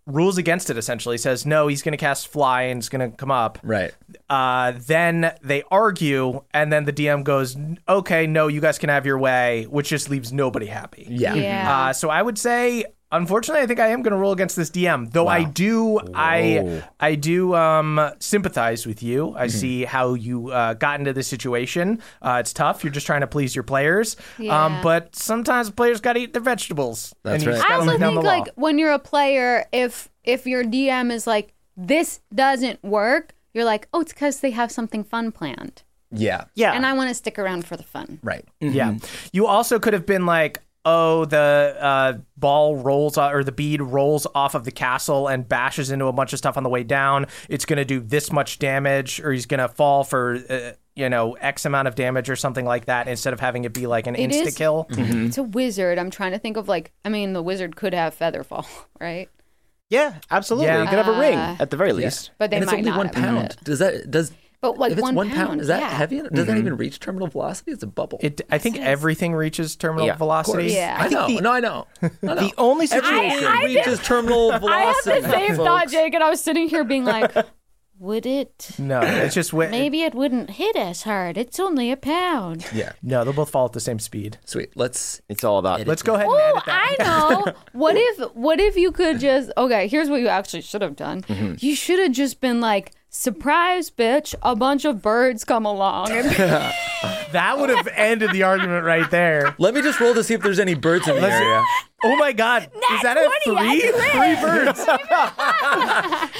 S4: rules against it essentially, says, no, he's going to cast fly and it's going to come up.
S2: Right.
S4: Uh, then they argue, and then the DM goes, okay, no, you guys can have your way, which just leaves nobody happy.
S2: Yeah.
S5: Yeah.
S4: Uh, so I would say, unfortunately, I think I am going to roll against this DM. Though I do, I I do um, sympathize with you.
S2: Mm-hmm.
S4: I see how you uh, got into this situation. Uh, it's tough. You're just trying to please your players. Um,
S5: Yeah.
S4: but sometimes players got to eat their vegetables.
S2: That's
S4: you
S2: right.
S4: just
S5: I
S4: gotta
S5: also
S4: lay down
S5: think
S4: the law.
S5: like when you're a player, if if your DM is like this doesn't work, you're like, oh, it's because they have something fun planned,
S2: Yeah.
S6: Yeah.
S5: and I want to stick around for the fun.
S2: Right.
S6: Mm-hmm.
S4: Yeah. Mm-hmm. You also could have been like, oh, the uh, ball rolls o- or the bead rolls off of the castle and bashes into a bunch of stuff on the way down. It's going to do this much damage, or he's going to fall for. Uh, you know, X amount of damage or something like that instead of having it be like an
S5: It
S4: insta
S5: is-
S4: kill.
S2: Mm-hmm.
S5: It's a wizard. I'm trying to think of like, I mean, the wizard could have featherfall, right?
S6: Yeah, absolutely.
S4: Yeah.
S6: You could have a ring at the very
S2: Yeah.
S6: least.
S5: But they
S2: and it's
S5: might
S2: only
S5: not
S2: one
S5: have done
S2: pound.
S5: it.
S2: Does that does?
S5: But, like,
S2: if it's
S5: one
S2: one
S5: pound,
S2: is that
S5: yeah.
S2: heavy? Does
S6: Mm-hmm.
S2: that even reach terminal velocity? It's a bubble.
S4: It, I think
S5: Yes.
S4: everything reaches terminal
S6: Yeah, of
S4: velocity.
S5: course. Yeah.
S2: I,
S5: I
S2: know.
S6: the-
S2: no, I know. I know.
S6: The only situation.
S2: Everything
S5: I did-
S2: reaches terminal
S5: I
S2: velocity.
S5: had the same thought,
S2: folks.
S5: Jake, and I was sitting here being like, "Would it?
S4: No, it's just wi-
S5: Maybe it wouldn't hit as hard. It's only a pound."
S2: Yeah.
S4: No, they'll both fall at the same speed.
S2: Sweet. Let's.
S6: it's all about.
S4: Let's go ahead and
S5: Oh,
S4: edit that.
S5: I know. What if? What if you could just? Okay, here's what you actually should have done. You should have just been like, "Surprise, bitch! A bunch of birds come along." And
S4: That would have ended the argument right there.
S2: Let me just roll to see if there's any birds in the
S4: Let's-
S2: area.
S4: Oh my God. Is that a
S1: 20,
S4: three? Three birds.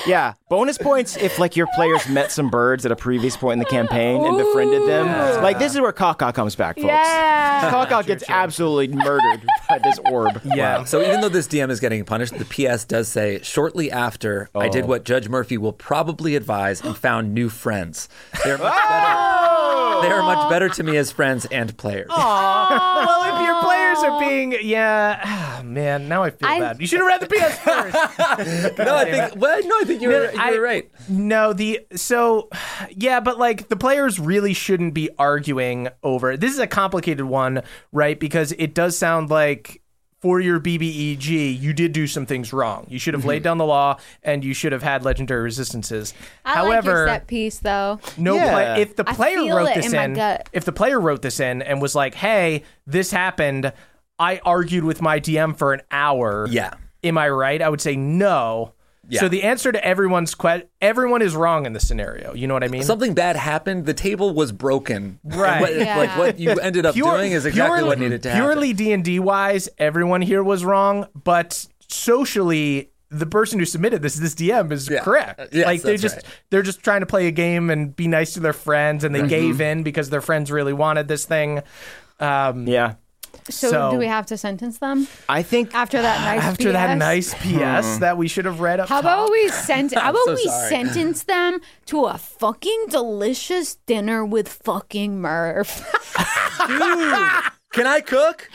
S6: Yeah, bonus points if like your players met some birds at a previous point in the campaign and befriended them. Like this is where Kaka comes back, folks.
S5: Yeah.
S6: Kaka gets absolutely murdered by this orb.
S4: Yeah.
S2: Wow. So even though this DM is getting punished, the PS does say shortly after I did what Judge Murphy will probably advise and found new friends. They're much better. They are much better to me as friends and players.
S4: well, if your players are being, yeah, ah, man, now I feel
S5: I-
S4: bad. You should have read the PS first.
S2: No, I think. Well, no, I think you were,
S4: I-
S2: you were right.
S4: No, the so yeah, but like the players really shouldn't be arguing over. This is a complicated one, right? Because it does sound like for your BBEG, you did do some things wrong. You should have laid down the law and you should have had legendary resistances.
S5: I
S4: However,
S5: like your set piece though.
S4: no
S6: Yeah.
S4: play, if the
S5: I
S4: player
S5: feel
S4: wrote
S5: it
S4: this
S5: in my
S4: in,
S5: gut.
S4: if the player wrote this in and was like, "Hey, this happened. I argued with my DM for an hour."
S2: Yeah.
S4: Am I right? I would say no. So the answer to everyone's question, everyone is wrong in this scenario. You know what I mean?
S2: Something bad happened. The table was broken. And
S4: Right.
S2: what-
S5: Yeah.
S2: Like what you ended up
S4: Pure-
S2: doing is exactly
S4: purely-
S2: what needed to happen.
S4: Purely D and D wise, everyone here was wrong, but socially. The person who submitted this, this DM, is
S2: Yeah.
S4: correct.
S2: Yes,
S4: like they
S2: that's
S4: just
S2: right.
S4: they're just trying to play a game and be nice to their friends,
S2: Mm-hmm.
S4: and they gave in because their friends really wanted this thing. Um,
S6: Yeah.
S5: So,
S4: So-
S5: do we have to sentence them
S6: I think
S5: after that nice?
S4: after that
S5: PS?
S4: nice
S6: Hmm.
S4: PS that we should have read up
S5: How
S4: top.
S5: about we sent? How about
S2: so
S5: we
S2: sorry.
S5: sentence them to a fucking delicious dinner with fucking Murph?
S2: Can I cook?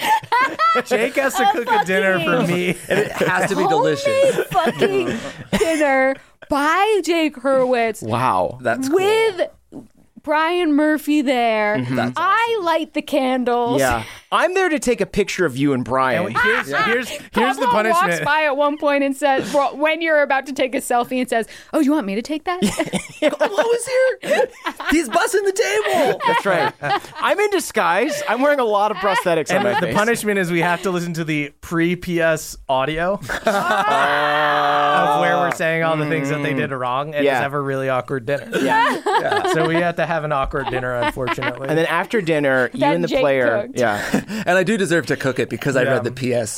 S4: Jake has
S5: Oh,
S4: to cook a dinner for me?
S2: And it has to be delicious.
S5: Homemade fucking dinner by Jake Hurwitz
S6: Wow.
S2: That's cool.
S5: with Brian Murphy there. I light the candles.
S6: Yeah. I'm there to take a picture of you and Brian.
S4: And here's here's, here's the
S5: Pablo walks
S4: punishment.
S5: by at one point and says, well, when you're about to take a selfie, and says, "Oh, you want me to take that?"
S2: Pablo is here. He's bussing the table.
S6: That's right. I'm in disguise. I'm wearing a lot of prosthetics on
S4: And
S6: my
S4: the
S6: face.
S4: punishment is we have to listen to the pre PS audio of where we're saying all the things that they did wrong. And
S6: Oh. Hmm. Yeah.
S4: it's ever really awkward dinner. Yeah. So we have to have an awkward dinner, unfortunately.
S6: and then after dinner, you
S5: Then
S6: and the
S5: Jake
S6: player.
S5: cooked.
S6: Yeah.
S2: And I do deserve to cook it because I
S4: Yeah.
S2: read the PS.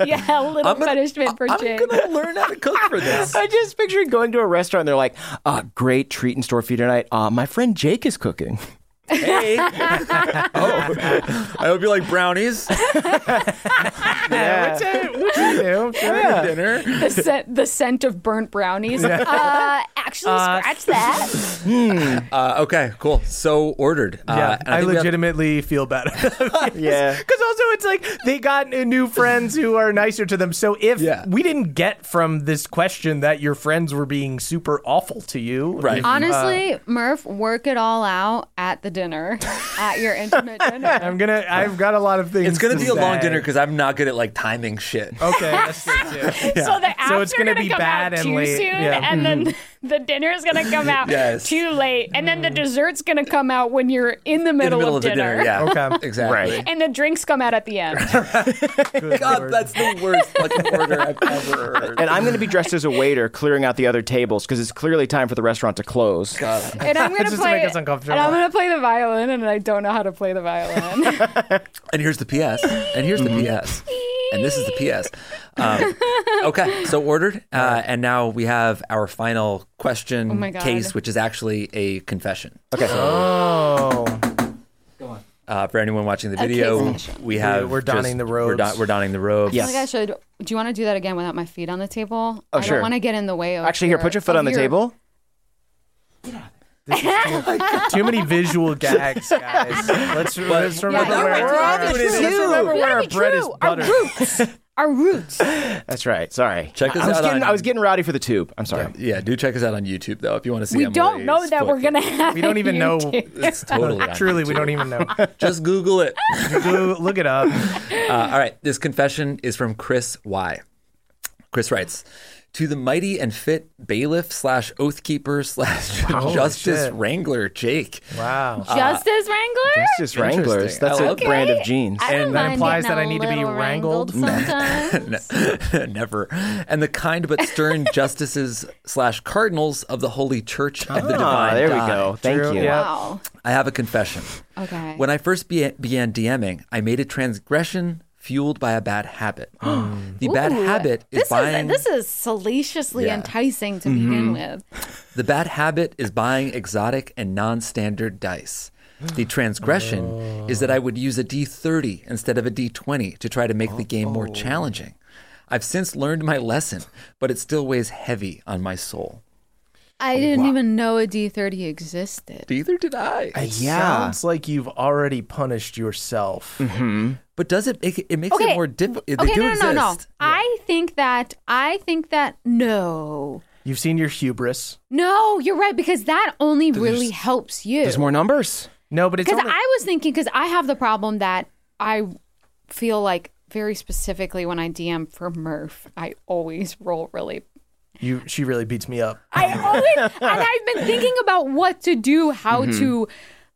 S5: yeah, a little
S2: gonna-
S5: punishment for
S2: I'm
S5: Jake.
S2: gonna learn how to cook for this.
S6: I just pictured going to a restaurant. and They're like, uh, "Great treat in store for you tonight. Uh, my friend Jake is cooking."
S2: Hey. oh, I hope you like brownies.
S6: Yeah.
S4: Which you do, sure.
S2: Dinner.
S5: the scent, the scent of burnt brownies. Uh, actually, scratch that.
S2: Uh, okay, cool. So ordered. Uh,
S4: Yeah,
S2: and
S4: I,
S2: think we have-
S4: legitimately feel better.
S6: Yeah.
S4: Because also, it's like they got new friends who are nicer to them. So if
S2: Yeah.
S4: we didn't get from this question that your friends were being super awful to you,
S2: Right.
S5: Honestly, Murph, work it all out at the dinner, at your intimate dinner.
S4: I'm gonna. I've got a lot of things.
S2: it's gonna
S4: to
S2: be a long
S4: say.
S2: dinner because I'm not good at like timing shit.
S4: Okay, that's good too.
S9: So the apps
S4: So it's
S9: are
S4: gonna
S9: gonna,
S4: be
S9: come
S4: bad
S9: out
S4: and
S9: too
S4: late.
S9: soon,
S4: Yeah.
S9: and then
S1: Mm-hmm.
S9: the dinner is gonna come out
S2: Yes.
S9: too late, and then the dessert's gonna come out when you're in the
S2: In the
S9: middle,
S2: middle
S9: of, dinner.
S2: yeah.
S4: Okay.
S2: Exactly.
S9: And the drinks come out at the end.
S2: God, that's the worst fucking order I've ever heard.
S6: And I'm going to be dressed as a waiter, clearing out the other tables because it's clearly time for the restaurant to close.
S5: And I'm gonna
S4: Just to
S5: play.
S4: make us uncomfortable.
S5: And I'm gonna play the violin, and I don't know how to play the violin.
S2: And here's the PS. And here's
S4: Mm-hmm.
S2: the PS. And this is the PS. Um, okay, so ordered. Uh, and now we have our final question
S5: Oh my God.
S2: case, which is actually a confession.
S6: Okay.
S4: Oh.
S2: Uh, for anyone watching the
S5: case
S2: video,
S5: confession.
S2: we have
S4: we're donning
S2: just-
S4: the
S2: We're, don-
S4: robes.
S2: we're donning the robes.
S6: Yes.
S5: I think I should. Do you want to do that again without my feet on the table?
S6: Oh,
S5: I
S6: sure.
S5: don't want to get in the way of.
S6: Actually, here, put your foot
S5: of
S6: on the
S5: your-
S6: table.
S4: Too many visual gags, guys. Let's, let's remember
S5: you're
S4: where
S5: right.
S4: our-
S5: Our
S4: let's
S5: roots.
S4: remember
S5: We
S4: where
S5: gotta
S4: our
S5: be
S4: bread is
S5: true. Our
S4: buttered.
S5: roots. Our roots.
S6: That's right. Sorry.
S2: Check
S6: I-
S2: us
S6: I was
S2: out
S6: Getting,
S2: on-
S6: I was getting rowdy for the tube. I'm sorry.
S2: Yeah, do check us out on YouTube though if you want to see.
S5: we
S2: Emily's
S5: don't know that we're
S2: foot.
S5: gonna have.
S4: We don't even know.
S2: It's totally on
S4: Truly, we
S2: YouTube.
S4: don't even know.
S2: Just Google it.
S4: Go look it up.
S2: Uh, all right, this confession is from Chris Y. Chris writes to the mighty and fit bailiff slash oathkeeper slash justice
S4: shit.
S2: wrangler Jake.
S4: Wow.
S1: Justice Wrangler?
S6: Uh, Justice Wranglers.
S2: Interesting.
S6: That's
S2: I
S6: a
S2: love that.
S6: brand of jeans.
S1: I don't
S4: And that
S1: mind
S4: implies
S1: getting
S4: that
S1: a
S4: I need to be
S1: little
S4: wrangled?
S1: sometimes.
S2: Never. And the kind but stern justices slash cardinals of the Holy Church of the
S6: Ah,
S2: Divine.
S6: there we
S2: Dime.
S6: go. Thank
S4: True,
S6: you.
S4: yeah.
S1: wow.
S2: I have a confession.
S1: Okay.
S2: When I first be- began DMing, I made a transgression fueled by a bad habit. the bad
S1: Ooh,
S2: habit is
S1: this
S2: buying.
S1: Is, uh, this is salaciously
S2: Yeah.
S1: enticing to
S6: Mm-hmm.
S1: begin with.
S2: The bad habit is buying exotic and non-standard dice. The transgression is that I would use a D30 instead of a D20 to try to make the game more challenging. I've since learned my lesson, but it still weighs heavy on my soul.
S1: I didn't even know a D30 existed.
S2: Neither did I.
S6: Yeah.
S4: Sounds like you've already punished yourself.
S6: Mm-hmm.
S2: But does it make it, it makes it more difficult? They
S1: okay,
S2: do
S1: no, no,
S2: exist.
S1: no, no. I think that I think that no.
S4: You've seen your hubris.
S1: No, you're right because that only really helps you.
S6: There's more numbers.
S4: No, but it's
S1: Because
S4: only,
S1: I was thinking, because I have the problem that I feel like very specifically when I DM for Murph, I always roll really.
S4: you. She really beats me up.
S1: I always, and I've been thinking about what to do, how
S4: Mm-hmm.
S1: to,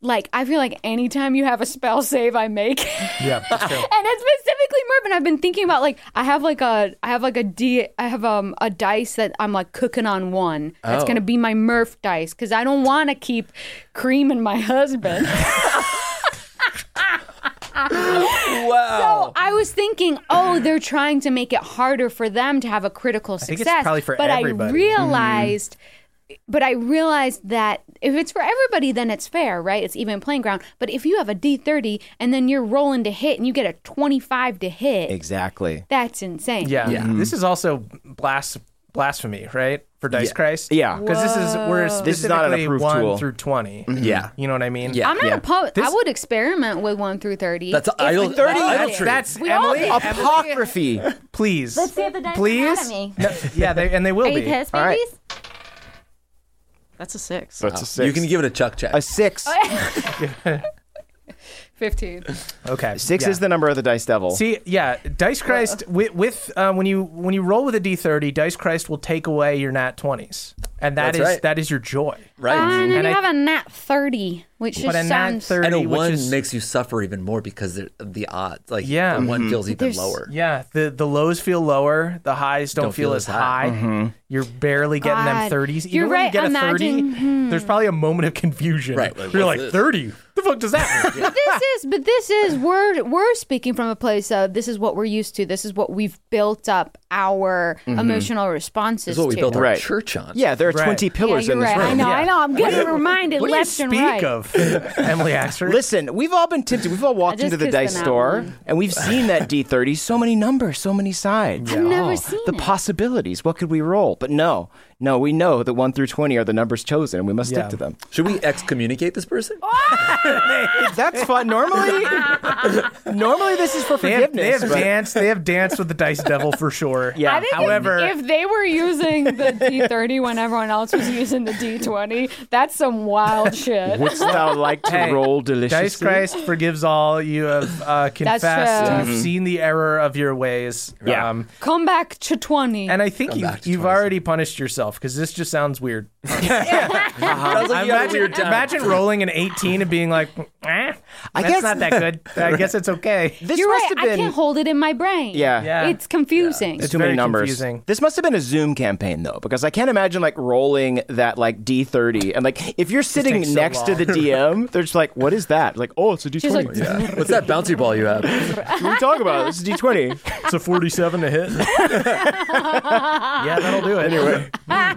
S1: like, I feel like anytime you have a spell save, I make.
S4: Yeah, that's true.
S1: and it's specifically Mervin. I've been thinking about like I have like a I have like a d I have um a dice that I'm like cooking on one. That's
S2: Oh.
S1: gonna be my Murph dice because I don't want to keep creaming my husband.
S2: Wow.
S1: So I was thinking, oh, they're trying to make it harder for them to have a critical success.
S4: think it's probably for
S1: but
S4: everybody.
S1: I realized, but I realized that if it's for everybody, then it's fair, right? It's even playing ground. But if you have a D thirty and then you're rolling to hit and you get a twenty five to hit,
S6: Exactly.
S1: that's insane.
S4: Yeah.
S2: Yeah.
S6: Mm-hmm.
S4: This is also blas- blasphemy, right? For Dice
S2: Yeah.
S4: Christ.
S6: Yeah.
S4: Because this is we're
S6: This is not an
S4: specifically
S6: approved
S4: one
S6: tool. Mm-hmm.
S4: through twenty.
S2: Yeah.
S4: You know what I mean?
S2: Yeah.
S1: I'm not opposed. I
S4: This-
S1: would experiment with one through thirty.
S2: That's
S1: If
S2: idol-
S1: we
S2: that's
S1: did.
S2: idolatry.
S4: That's
S1: We all
S4: Emily.
S1: did.
S4: Up-
S6: Apocryphy.
S4: please.
S1: Let's see if the dice
S4: please.
S1: anatomy.
S4: No, yeah, they, and they will
S1: Are you
S4: be.
S1: pissed,
S6: All right.
S1: babies? That's a six.
S6: That's a six.
S2: You can give it a chuck check.
S6: a six.
S1: Oh, Fifteen. Uh,
S4: Okay.
S6: Six
S4: yeah.
S6: is the number of the dice devil.
S4: See, yeah, Dice Christ with, with uh, when you when you roll with a D thirty, Dice Christ will take away your nat twenties, and that
S2: That's
S4: is-
S2: right.
S4: that is your joy.
S2: right.
S1: And, then
S4: And
S1: you
S4: I-
S1: have a nat 30, which just
S4: But a nat
S1: sounds...
S4: thirty,
S2: and a
S4: which
S2: one
S4: is
S2: makes you suffer even more because of the odds. Like
S4: Yeah.
S2: the one feels even
S1: There's-
S2: lower.
S4: yeah, the the lows feel lower, the highs don't, feel, as high. You're barely getting them
S1: God.
S4: thirties. Even
S1: You're
S4: when you
S1: right,
S4: get a
S1: imagine- hmm.
S4: thirty, there's probably a moment of confusion.
S2: Right, like,
S4: You're
S2: what's
S4: like
S2: this?
S4: thirty. The fuck does that mean?
S1: But this is, but this is, we're, we're speaking from a place of this is what we're used to. This is what we've built up our emotional responses
S2: That's what we
S1: to.
S2: built our
S6: Right.
S2: church on.
S6: yeah, there are
S4: Right.
S6: 20
S1: yeah,
S6: pillars
S1: you're
S6: in this
S1: right.
S6: room.
S1: I know, I
S4: Yeah.
S1: know. I'm getting reminded
S4: what do you
S1: left
S4: speak
S1: and right.
S4: of, Emily Axford?
S6: Listen, we've all been tempted. We've all walked
S1: just
S6: into the
S1: kissed the
S6: dice
S1: nat
S6: store
S1: one.
S6: and we've seen that D30. So many numbers, so many sides. Oh,
S1: I've never seen
S6: The
S1: it.
S6: possibilities. What could we roll? But no, no, we know that 1 through 20 are the numbers chosen and we must
S4: Yeah.
S6: stick to them.
S2: Should we excommunicate this person?
S1: Oh,
S6: That's fun. Normally, normally this is for
S4: They have, they
S6: forgiveness.
S4: have
S6: but-
S4: danced. They have danced with the dice devil for sure.
S6: Yeah.
S1: I think
S4: However,
S1: if, if they were using the D30 when everyone else was using the D20, that's some wild shit.
S6: Wouldst thou like to
S4: Hey,
S6: roll
S4: Dice
S6: deliciously?
S4: Christ forgives all. You have uh, confessed.
S1: true.
S4: You've seen the error of your ways. Um,
S6: Yeah.
S1: Come back to 20.
S4: and I think you,
S2: back to
S4: you've
S2: 26.
S4: already punished yourself because this just sounds weird.
S2: Sounds like you had a
S4: imagine,
S2: weird time.
S4: imagine rolling an 18 and being like, eh, that's
S6: guess-
S4: not that good. I guess it's okay.
S6: This
S1: you're
S6: must
S1: right.
S6: have been.
S1: I can't hold it in my brain.
S6: Yeah.
S4: Yeah.
S1: It's confusing.
S4: It's
S6: too many
S4: very
S6: numbers.
S4: confusing.
S6: This must have been a Zoom campaign though, because I can't imagine like rolling that like D thirty and like if you're sitting
S4: takes so
S6: next to
S4: long.
S6: the DM, they're just like, "What is that?" Like, "Oh, it's a D
S1: She's
S6: twenty.
S1: like,
S2: Yeah. What's that bouncy ball you have?
S6: What are you talking about? It's a D twenty.
S4: It's a 47 to hit. yeah, that'll do it.
S6: Anyway,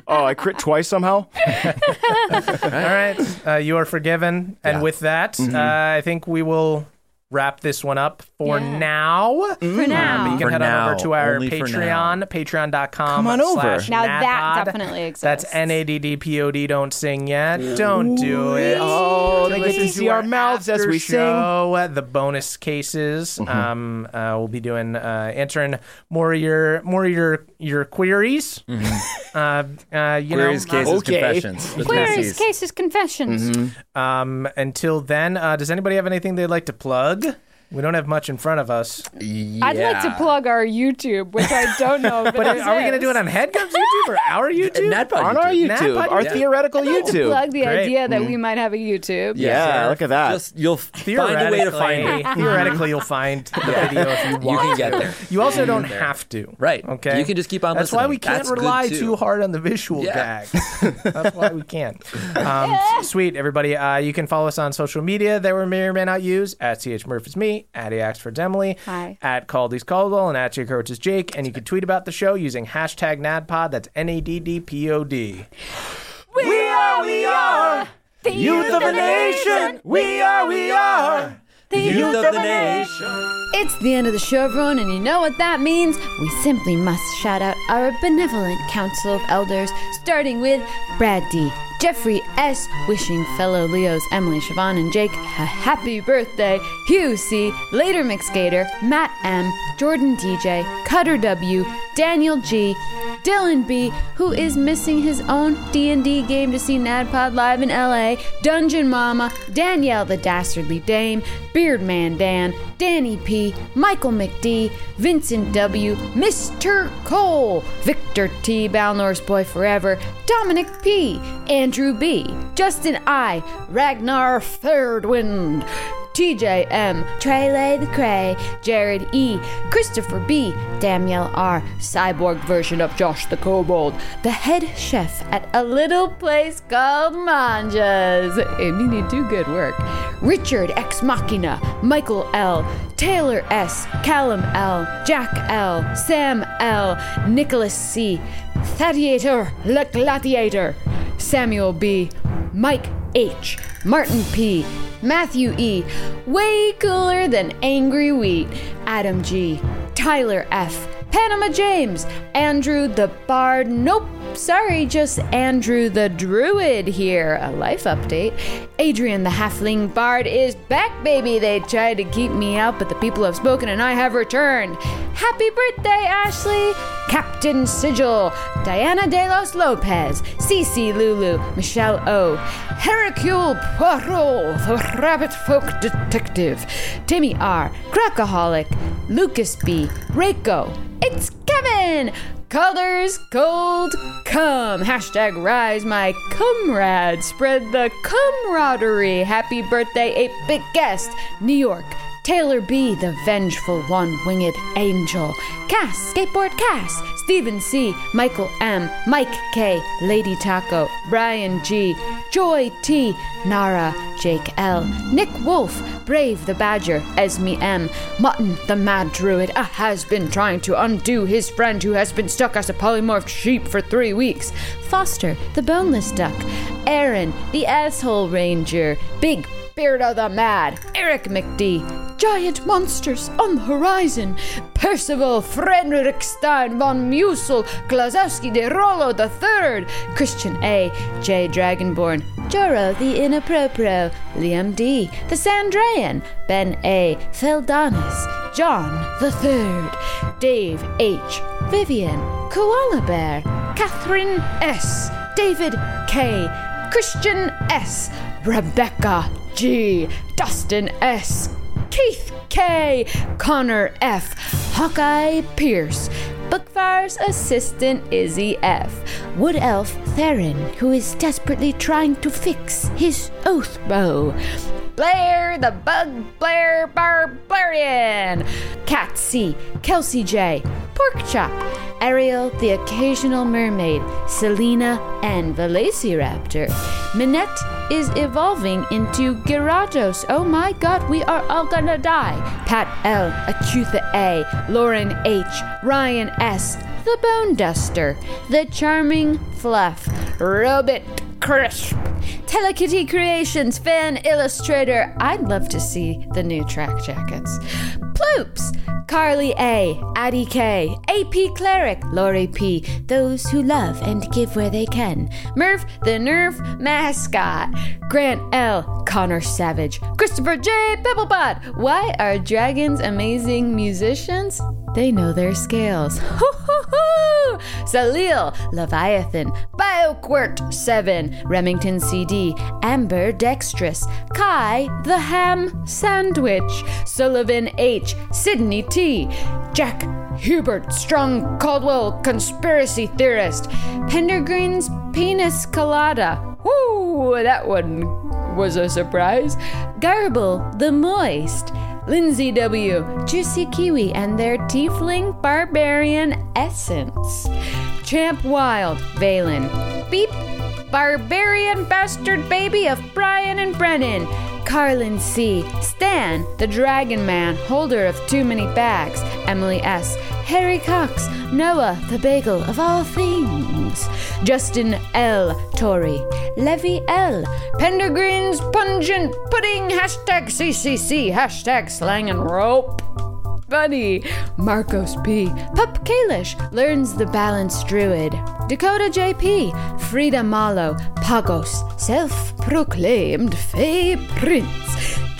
S6: oh, I crit twice somehow.
S4: All right. Uh, you are forgiven. And
S2: Yeah. Mm-hmm.
S4: with that, uh, I think we will wrap this one up for
S1: Yeah.
S4: now.
S1: for now.
S4: Um, you can
S2: For
S4: head on over
S2: now.
S4: to our
S2: Only for
S4: Patreon, patreon.com.
S6: Come on over.
S4: slash
S1: Now that
S4: NADPOD.
S1: definitely exists.
S4: That's N A D D P O D. Don't sing yet. Don't do it.
S6: Oh, they get
S4: Listen
S6: to see our mouths as
S4: after
S6: we
S4: show, The bonus cases.
S2: Mm-hmm.
S4: Um, uh, we'll be doing uh, answering more of your more of your your queries. Uh, uh, you
S2: Mm-hmm. Queries,
S4: know,
S2: cases,
S6: okay.
S2: confessions. with
S1: Queries,
S2: Nazis.
S1: cases, confessions.
S4: Um, until then, uh, does anybody have anything they'd like to plug? We don't have much in front of us.
S2: Yeah.
S5: I'd like to plug our YouTube, which I don't know. But,
S4: But are we going to do it on HeadGum's YouTube or our YouTube?
S2: Not by
S6: on our
S2: YouTube.
S6: YouTube,
S4: Nat Pod-
S6: our
S4: Yeah.
S6: theoretical
S1: To
S6: YouTube.
S1: plug the
S4: Great.
S1: idea that we might have a YouTube.
S6: Yeah,
S2: Sarah.
S6: look at that.
S2: Just you'll find a way to find me.
S4: Theoretically, you'll find the video if you
S2: You
S4: want.
S2: can get there.
S4: You also don't have to.
S2: Right.
S4: Okay.
S2: You can just keep on
S4: That's why
S2: listening.
S4: we can't
S2: That's good,
S4: rely
S2: too.
S4: too hard on the visual
S2: Yeah.
S4: gags. That's why we can't. Um, s- Sweet, everybody. Uh, you can follow us on social media that we may or may not use at CH Murph is me, at Axford's Emily,
S1: Hi.
S4: at Caldy's Caldwell, and at Jake Hurwitz is Jake. And you can tweet about the show using hashtag NADPOD. That's N A D D P O D.
S6: we are, we are the youth of a nation. We are, we are.
S2: Youth of the nation.
S1: It's the end of the show, everyone, and you know what that means. We simply must shout out our benevolent Council of Elders, starting with Brad D, Jeffrey S, wishing fellow Leos Emily, Siobhan, and Jake a happy birthday, Hugh C, Later McSkater, Matt M, Jordan DJ, Cutter W, Daniel G, Dylan B, who is missing his own D&D game to see NADPOD live in LA, Dungeon Mama, Danielle the Dastardly Dame, Beardman Dan, Danny P, Michael McD, Vincent W, Mr. Cole, Victor T, Balnor's Boy Forever, Dominic P, Andrew B, Justin I, Ragnar Ferdwind, TJ M, Trele the Cray, Jared E, Christopher B, Danielle R, cyborg version of Josh the Kobold, the head chef at a little place called Manjas. And you need do good work. Richard Ex Machina, Michael L, Taylor S, Callum L, Jack L, Sam L, Nicholas C, Thadiator Le Gladiator, Samuel B, Mike H, Martin P, Matthew E, Way Cooler Than Angry Wheat, Adam G, Tyler F, Panama James, Andrew the Bard, nope, sorry, just Andrew the Druid here, a life update. Adrian the Halfling Bard is back, baby. They tried to keep me out, but the people have spoken and I have returned. Happy birthday, Ashley! Captain Sigil, Diana De Los Lopez, Cece Lulu, Michelle O, Hercule Poirot, the Rabbit Folk Detective, Timmy R, Crackoholic, Lucas B, Reiko, It's Kevin, Colors Gold Come, hashtag Rise My Comrade, spread the camaraderie. Happy birthday, a big guest, New York. Taylor B, the vengeful one winged angel. Cass, skateboard Cass. Stephen C, Michael M, Mike K, Lady Taco, Brian G, Joy T, Nara, Jake L, Nick Wolf, Brave the Badger, Esme M, Mutton the Mad Druid, a has been trying to undo his friend who has been stuck as a polymorphed sheep for three weeks. Foster the Boneless Duck, Aaron the Asshole Ranger, Big Beardo the Mad, Eric McD, Giant Monsters on the Horizon, Percival Frederick Stein von Musel, Glazowski de Rollo III, Christian A, J Dragonborn, Joro the Inapropro, Liam D, The Sandrayan, Ben A, Feldanis, John the Third, Dave H, Vivian, Koala Bear, Catherine S, David K, Christian S, Rebecca G, Dustin S, Keith K, Connor F, Hawkeye Pierce, Bookfire's assistant Izzy F, Wood Elf Theron, who is desperately trying to fix his oath bow. Blair the Bug Blair Barbarian, Cat C, Kelsey J, Pork Chop, Ariel the Occasional Mermaid, Selena, and Velociraptor. Minette is evolving into Gyarados. Oh my god, we are all gonna die. Pat L, Acutha A, Lauren H, Ryan S, The Bone Duster, The Charming Fluff, Robit Crisp. Telekitty Creations fan illustrator. I'd love to see the new track jackets. Ploops! Carly A, Addie K, AP Cleric, Lori P, those who love and give where they can. Merv, the Nerve mascot. Grant L, Connor Savage, Christopher J, Pebblebot. Why are dragons amazing musicians? They know their scales. Ho ho ho! Woo! Salil, Leviathan, BioQuirt 7, Remington CD, Amber Dextrous, Kai the Ham Sandwich, Sullivan H, Sydney T, Jack Hubert Strong Caldwell Conspiracy Theorist, Pendergreen's Penis Colada. Woo! That one was a surprise. Garble the Moist, Lindsay W., Juicy Kiwi and their Tiefling Barbarian Essence, Champ Wild, Valen, Beep, Barbarian Bastard Baby of Brian and Brennan, Carlin C., Stan, the Dragon Man, holder of too many bags, Emily S., Harry Cox, Noah, the bagel of all things, Justin L., Tory, Levy L., Pendergreen's pungent pudding, hashtag CCC, hashtag slang and rope. Buddy, Marcos P, Pup Kalish, Learns the Balanced Druid, Dakota JP, Frida Malo, Pagos, Self Proclaimed Fey Prince,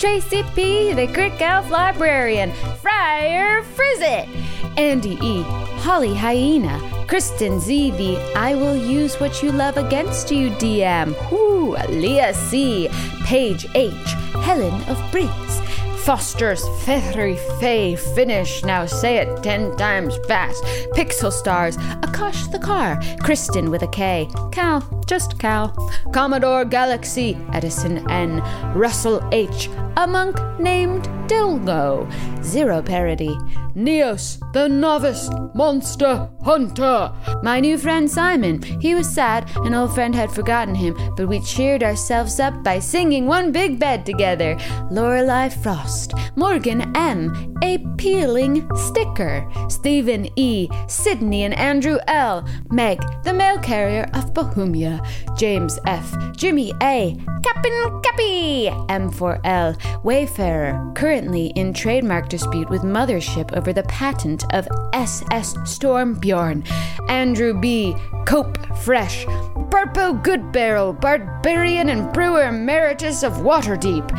S1: JCP, the Crick Elf Librarian, Friar Frizzit, Andy E, Holly Hyena, Kristen Z, the I Will Use What You Love Against You DM, Whoo, Leah C, Paige H, Helen of Briggs, Foster's feathery fey finish. Now say it ten times fast. Pixel stars. Akash the car. Kristen with a K. Cow. Just cow. Commodore Galaxy. Edison N. Russell H. A monk named Dilgo. Zero parody. Neos the novice monster hunter. My new friend Simon. He was sad. An old friend had forgotten him, but we cheered ourselves up by singing one big bed together. Lorelei Frost, Morgan M, a peeling sticker, Stephen E, Sydney and Andrew L, Meg, the mail carrier of Bohemia, James F, Jimmy A, Captain Cappy, M4L, Wayfarer, currently in trademark dispute with Mothership over the patent of SS Storm Bjorn, Andrew B, Cope Fresh, Burpo Good Barrel, Barbarian and Brewer Emeritus of Waterdeep,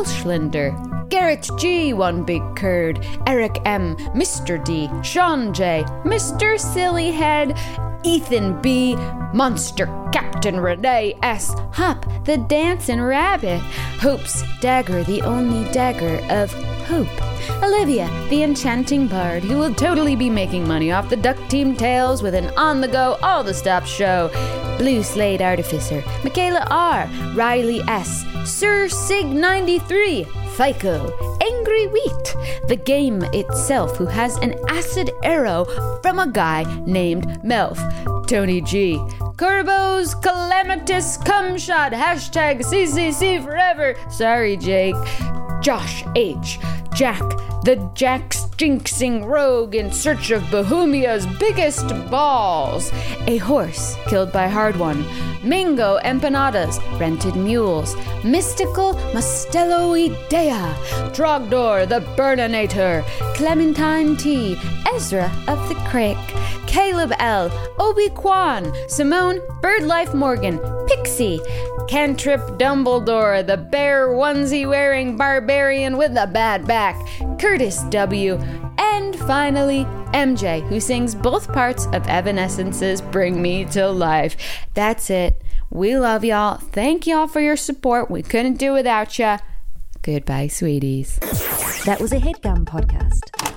S1: Welshlinder, Garrett G, One Big Curd, Eric M, Mr. D, Sean J, Mr. Sillyhead, Ethan B, Monster Captain Renee S, Hop, the Dancing Rabbit, Hope's Dagger, the only dagger of hope, Olivia, the enchanting bard who will totally be making money off the Duck Team Tales with an on the go, all the stop show, Blue Slade Artificer, Michaela R, Riley S, Sir Sig 93, FICO, Angry Wheat, the game itself, who has an acid arrow from a guy named Melf, Tony G, Curbo's Calamitous Cum Shot, hashtag CCC forever, sorry Jake, Josh H, Jack, the Jack's jinxing rogue in search of Bohemia's biggest balls, a horse killed by hard one, mango empanadas, rented mules, mystical Mustello Idea, Drogdor the Burninator, Clementine T, Ezra of the Crick, Caleb L, Obi Kwan, Simone Birdlife Morgan, Pixie, Cantrip Dumbledore, the bear onesie wearing barbarian with a bad back, Curtis W, and finally, MJ, who sings both parts of Evanescence's Bring Me to Life. That's it. We love y'all. Thank y'all for your support. We couldn't do without ya. Goodbye, sweeties.
S10: That was a headgum podcast.